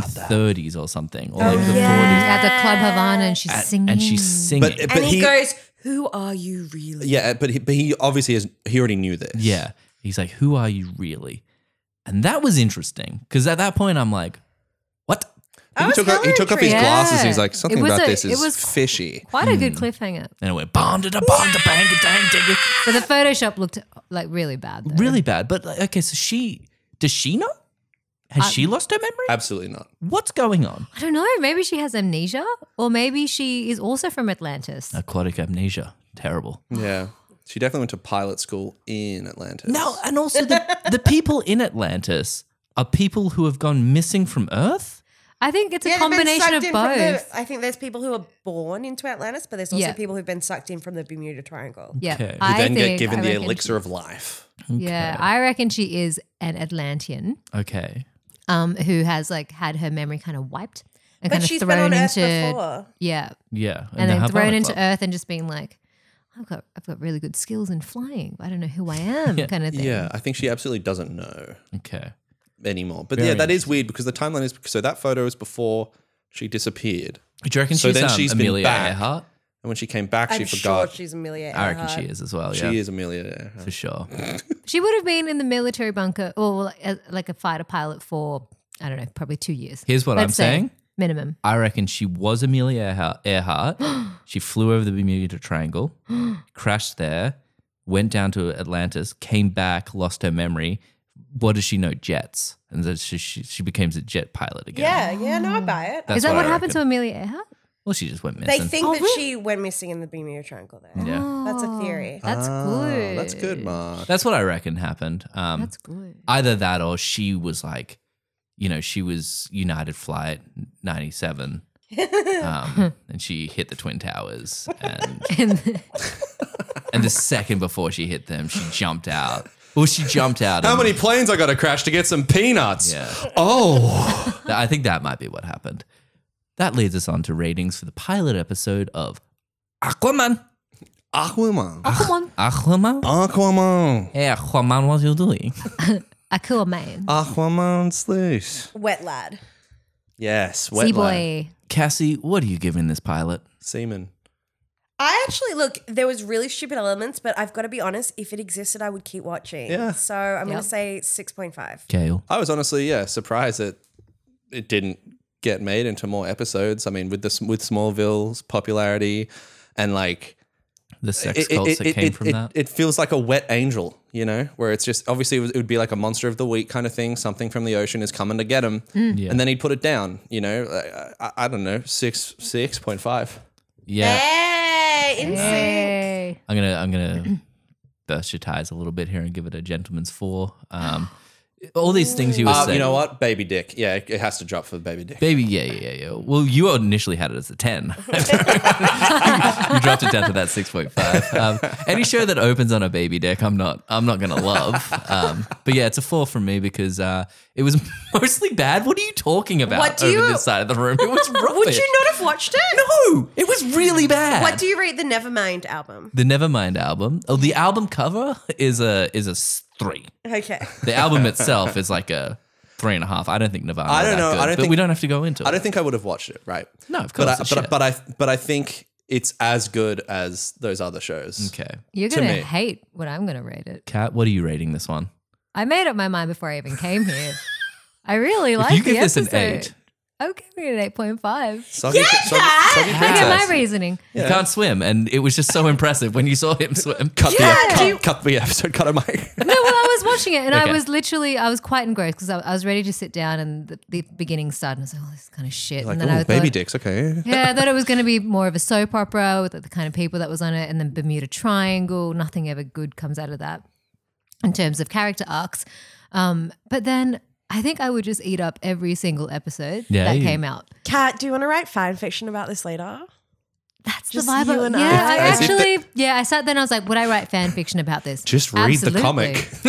1930s or something, or like the
Yeah. At the Club Havana and she's
40s.
singing.
And she's singing.
But, but
and he,
he,
goes, "Who are you really?"
<laughs> yeah, but he, but he obviously is. He already knew this.
Yeah. He's like, who are you really? And that was interesting because at that point I'm like, what?
I
he
was
took, out- he
hella
took off his
intrigued.
glasses. and He's
Yeah.
like, something
It was
about
a-
this
it
is
was-
fishy.
Quite a good cliffhanger.
And it went, bond da bond da bang da dang dang.
But the Photoshop looked like really bad. Though.
really bad. But like, okay, so she does she know? Has she lost her memory?
Absolutely not.
What's going on?
I don't know. Maybe she has amnesia, or maybe she is also from Atlantis.
Aquatic amnesia, terrible.
Yeah, she definitely went to pilot school in Atlantis.
No, and also the the people in Atlantis are people who have gone missing from Earth.
I think it's a
Yeah, they've been
combination
sucked
of
in from the-
both.
I think there's people who are born into Atlantis, but there's also
Yeah.
people who've been sucked in from the Bermuda Triangle.
Yeah,
Okay. Who
I
then get
think-
given
I
the
reckon
elixir of life.
she- Yeah, I reckon she is an Atlantean
Okay.
um, who has like had her memory kind of wiped and
But
kind
she's
of
been
thrown
on Earth
into
before.
yeah,
Yeah.
and
the
then
Havana
thrown into
Club.
Earth and just being like, I've got I've got really good skills in flying. but I don't know
<laughs>
who I am, kind of thing.
Yeah, I think she absolutely doesn't know.
Okay.
anymore. But
Very
yeah, that is weird because the timeline is so that photo is before she disappeared,
Do you reckon
So
she's,
then
um,
she's been
Amelia
back.
Earhart?
and when she came back,
I'm
she
sure
forgot.
she's Amelia
I
Uh,
reckon she
Earhart.
is as well.
she
Yeah,
is Amelia.
for sure.
She would have been in the military bunker or like a, like a fighter pilot for I don't know, probably two years.
Here's what I'm
Let's say
saying.
minimum.
I reckon she was Amelia Earhart- Earhart. she flew over the Bermuda Triangle, crashed there, went down to Atlantis, came back, lost her memory. What does she know? Jets, and then she, she she becomes a jet pilot again.
Yeah, yeah, no, I buy it.
That's
Is that
what
what
I
happened to Amelia Earhart?
Well, she just went
They
missing.
think
Oh,
that
really?
she went missing in the Bermuda Triangle. There,
yeah,
that's a theory.
Oh, That's
Ah,
good.
That's good, Mark.
that's what I reckon happened. Um,
That's good.
either that or she was like, you know, she was United Flight 97. um, and she hit the Twin Towers. And,
And <laughs>
and the second before she hit them, she jumped out. Well, she jumped out.
How
and-
many planes I got to crash to get some peanuts?
Yeah.
Oh,
I think that might be what happened. That leads us on to ratings for the pilot episode of Aquaman.
Aquaman.
come on,
Aquaman?
Aquaman.
Hey, Aquaman, what you doing?
a cool man,
Aquaman's loose.
Wet lad.
Yes, wet
sea
lad.
boy.
Cassie, what are you giving this pilot?
seaman.
I actually look. There was really stupid elements, but I've got to be honest. If it existed, I would keep watching.
Yeah.
So I'm
Yep.
gonna say six point five.
Kale.
I was honestly, yeah, surprised that it didn't get made into more episodes. I mean, with this with Smallville's popularity and like
the sex
It- it-
cults
it-
that
it-
came
it-
from
it-
that.
It feels like a wet angel, you know, where it's just obviously it, was, it would be like a monster of the week kind of thing. Something from the ocean is coming to get him,
Hmm.
Mm. Yeah.
and then he'd put it down. You know, Like, I, I don't know, six six point five.
yeah,
Hey, in sync.
Yay.
I'm gonna I'm gonna burst your ties a little bit here and give it a gentleman's four. Um, all these things you were
Uh,
saying.
you know what, baby dick. Yeah, it, it has to drop for baby dick.
Baby, yeah, yeah, yeah, yeah. Well, you initially had it as a <laughs> 10. you dropped it down to that 6.5. Um, any show that opens on a baby deck, I'm not, I'm not going to love. Um, but yeah, it's a four from me because uh, it was <laughs> mostly bad. What are you talking about
What do
over
you-
this side of the room? It was rubbish.
<laughs> Would you not have watched it?
No, it was really bad.
What do you rate the
<laughs>
Nevermind album?
the Nevermind album. Oh, the album cover is a is a s- three.
Okay.
The
<laughs>
album itself is like a three and a half. I don't think Nirvana.
I
are
don't
that
know. I
Good,
don't
but
think-
we don't have to go into it.
I don't think I would have watched it, right?
No, of
But
course
I,
it's
but, I,
shit.
but I but I think it's as good as those other shows.
okay.
You're
To
going to
me.
hate what I'm going to rate it.
Kat, what are you rating this one?
I made up my mind before I even came here.
<laughs>
I really like
if you give
the
this
episode.
an eight,
I'm giving it an 8.5.
Soggy, yeah, soggy, soggy
Look at
princess.
my reasoning.
you can't swim, and it was just so impressive when you saw him swim.
<laughs> Cut
Yeah,
the
do
cut,
you-
cut the episode. Cut him.
No, well, I was watching it and
Okay.
I was literally, I was quite engrossed because I, I was ready to sit down and the, the beginning started and I was like, oh, this is kind of shit.
Like,
and then I
ooh,
thought,
baby dicks. Okay.
yeah, I thought it was going to be more of a soap opera with the kind of people that was on it and then Bermuda Triangle. Nothing ever good comes out of that in terms of character arcs. Um, but then I think I would just eat up every single episode
Yeah,
that
you-
came out.
Kat, do you want to write fan fiction about this later?
That's
Just
the vibe.
you
of-
and I.
yeah, I,
As if
actually, yeah, I sat there and I was like, would I write fan fiction about this?
Just read
Absolutely.
the
<laughs>
comic. <laughs>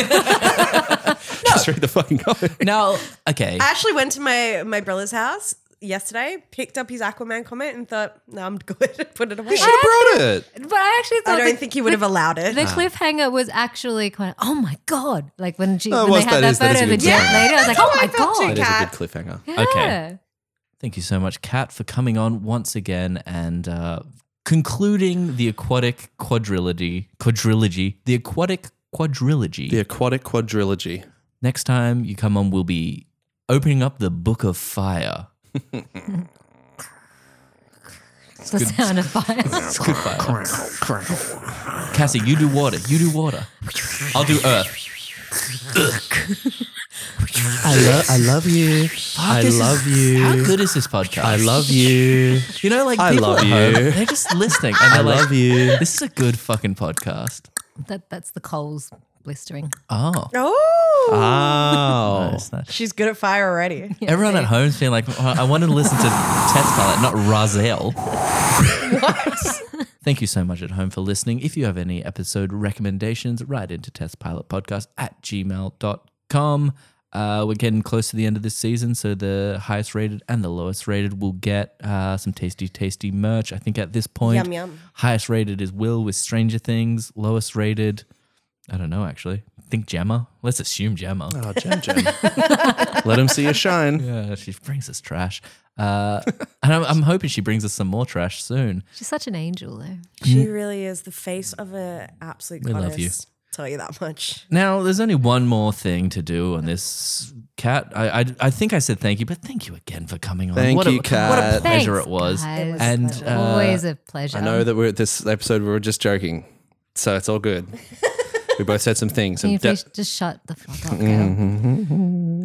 Just read the fucking comic.
Now, okay,
I actually went to my my brother's house yesterday, picked up his Aquaman comment, and thought, "No, I'm <laughs> good." Put it away.
have brought it.
But I actually thought
I
the,
don't think he would have allowed it.
the cliffhanger was actually kind of, oh my God. Like when, she,
Oh,
when
was-
they had
that
that,
is- that
photo
is a
of the
good
jet
point.
lady, I was like,
how
oh
I
my
felt too,
God.
It is a
Cat.
good cliffhanger.
Yeah.
Okay. thank you so much, Kat, for coming on once again and uh, concluding the aquatic quadrilogy. Quadrilogy, the aquatic quadrilogy.
The aquatic quadrilogy.
Next time you come on, we'll be opening up the Book of Fire.
It's the sound <laughs> of fire.
It's good fire. Cassie, you do water. You do water. I'll do earth.
I, lo- I love you. I
This is-
love you.
How good is this podcast?
I love you.
You know, like
I
people
love
at home,
you.
they're just listening, and
I
they're like,
love you.
"This is a good fucking podcast."
that, that's the coals blistering.
Oh,
oh,
Oh.
Wow.
nice, nice.
she's good at fire already.
everyone at home's being like, "Oh, "I wanted to listen to Test Pilot, not Razel."
<laughs>
Thank you so much at home for listening. If you have any episode recommendations, write into testpilotpodcast at gmail.com. Uh, we're getting close to the end of this season, so the highest rated and the lowest rated will get uh, some tasty, tasty merch. I think at this point,
Yum, yum.
highest rated is Will with Stranger Things, lowest rated, I don't know actually. I think Gemma. Let's assume Gemma.
Oh, Jem Jem.
<laughs>
Let him see you shine.
Yeah, she brings us trash. Uh, and I'm, I'm hoping she brings us some more trash soon.
She's such an angel, though.
She really is the face of an absolute
Mm. We
goddess.
love you.
Tell you that much.
Now, there's only one more thing to do on this. Cat, I, I I think I said thank you, but thank you again for coming on.
Thank
what
you,
a,
Kat.
What a pleasure
Thanks,
uh, it was.
guys.
And
Always
uh,
a pleasure.
I know that we're at this episode. We were just joking, so it's all good. we both said some things.
Can you
And de-
please just shut the fuck up, girl?
Mm-hmm.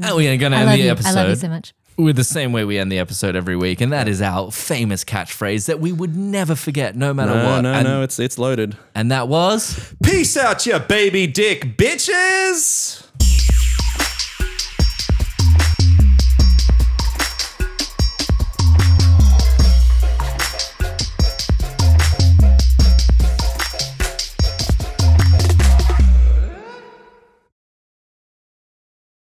and we're going to
I
end
love
the
you.
episode
I love you so much.
with the same way we end the episode every week, and that is our famous catchphrase that we would never forget, no matter
no,
what.
no,
and,
no. It's it's loaded.
and that was.
Peace out, you baby dick bitches.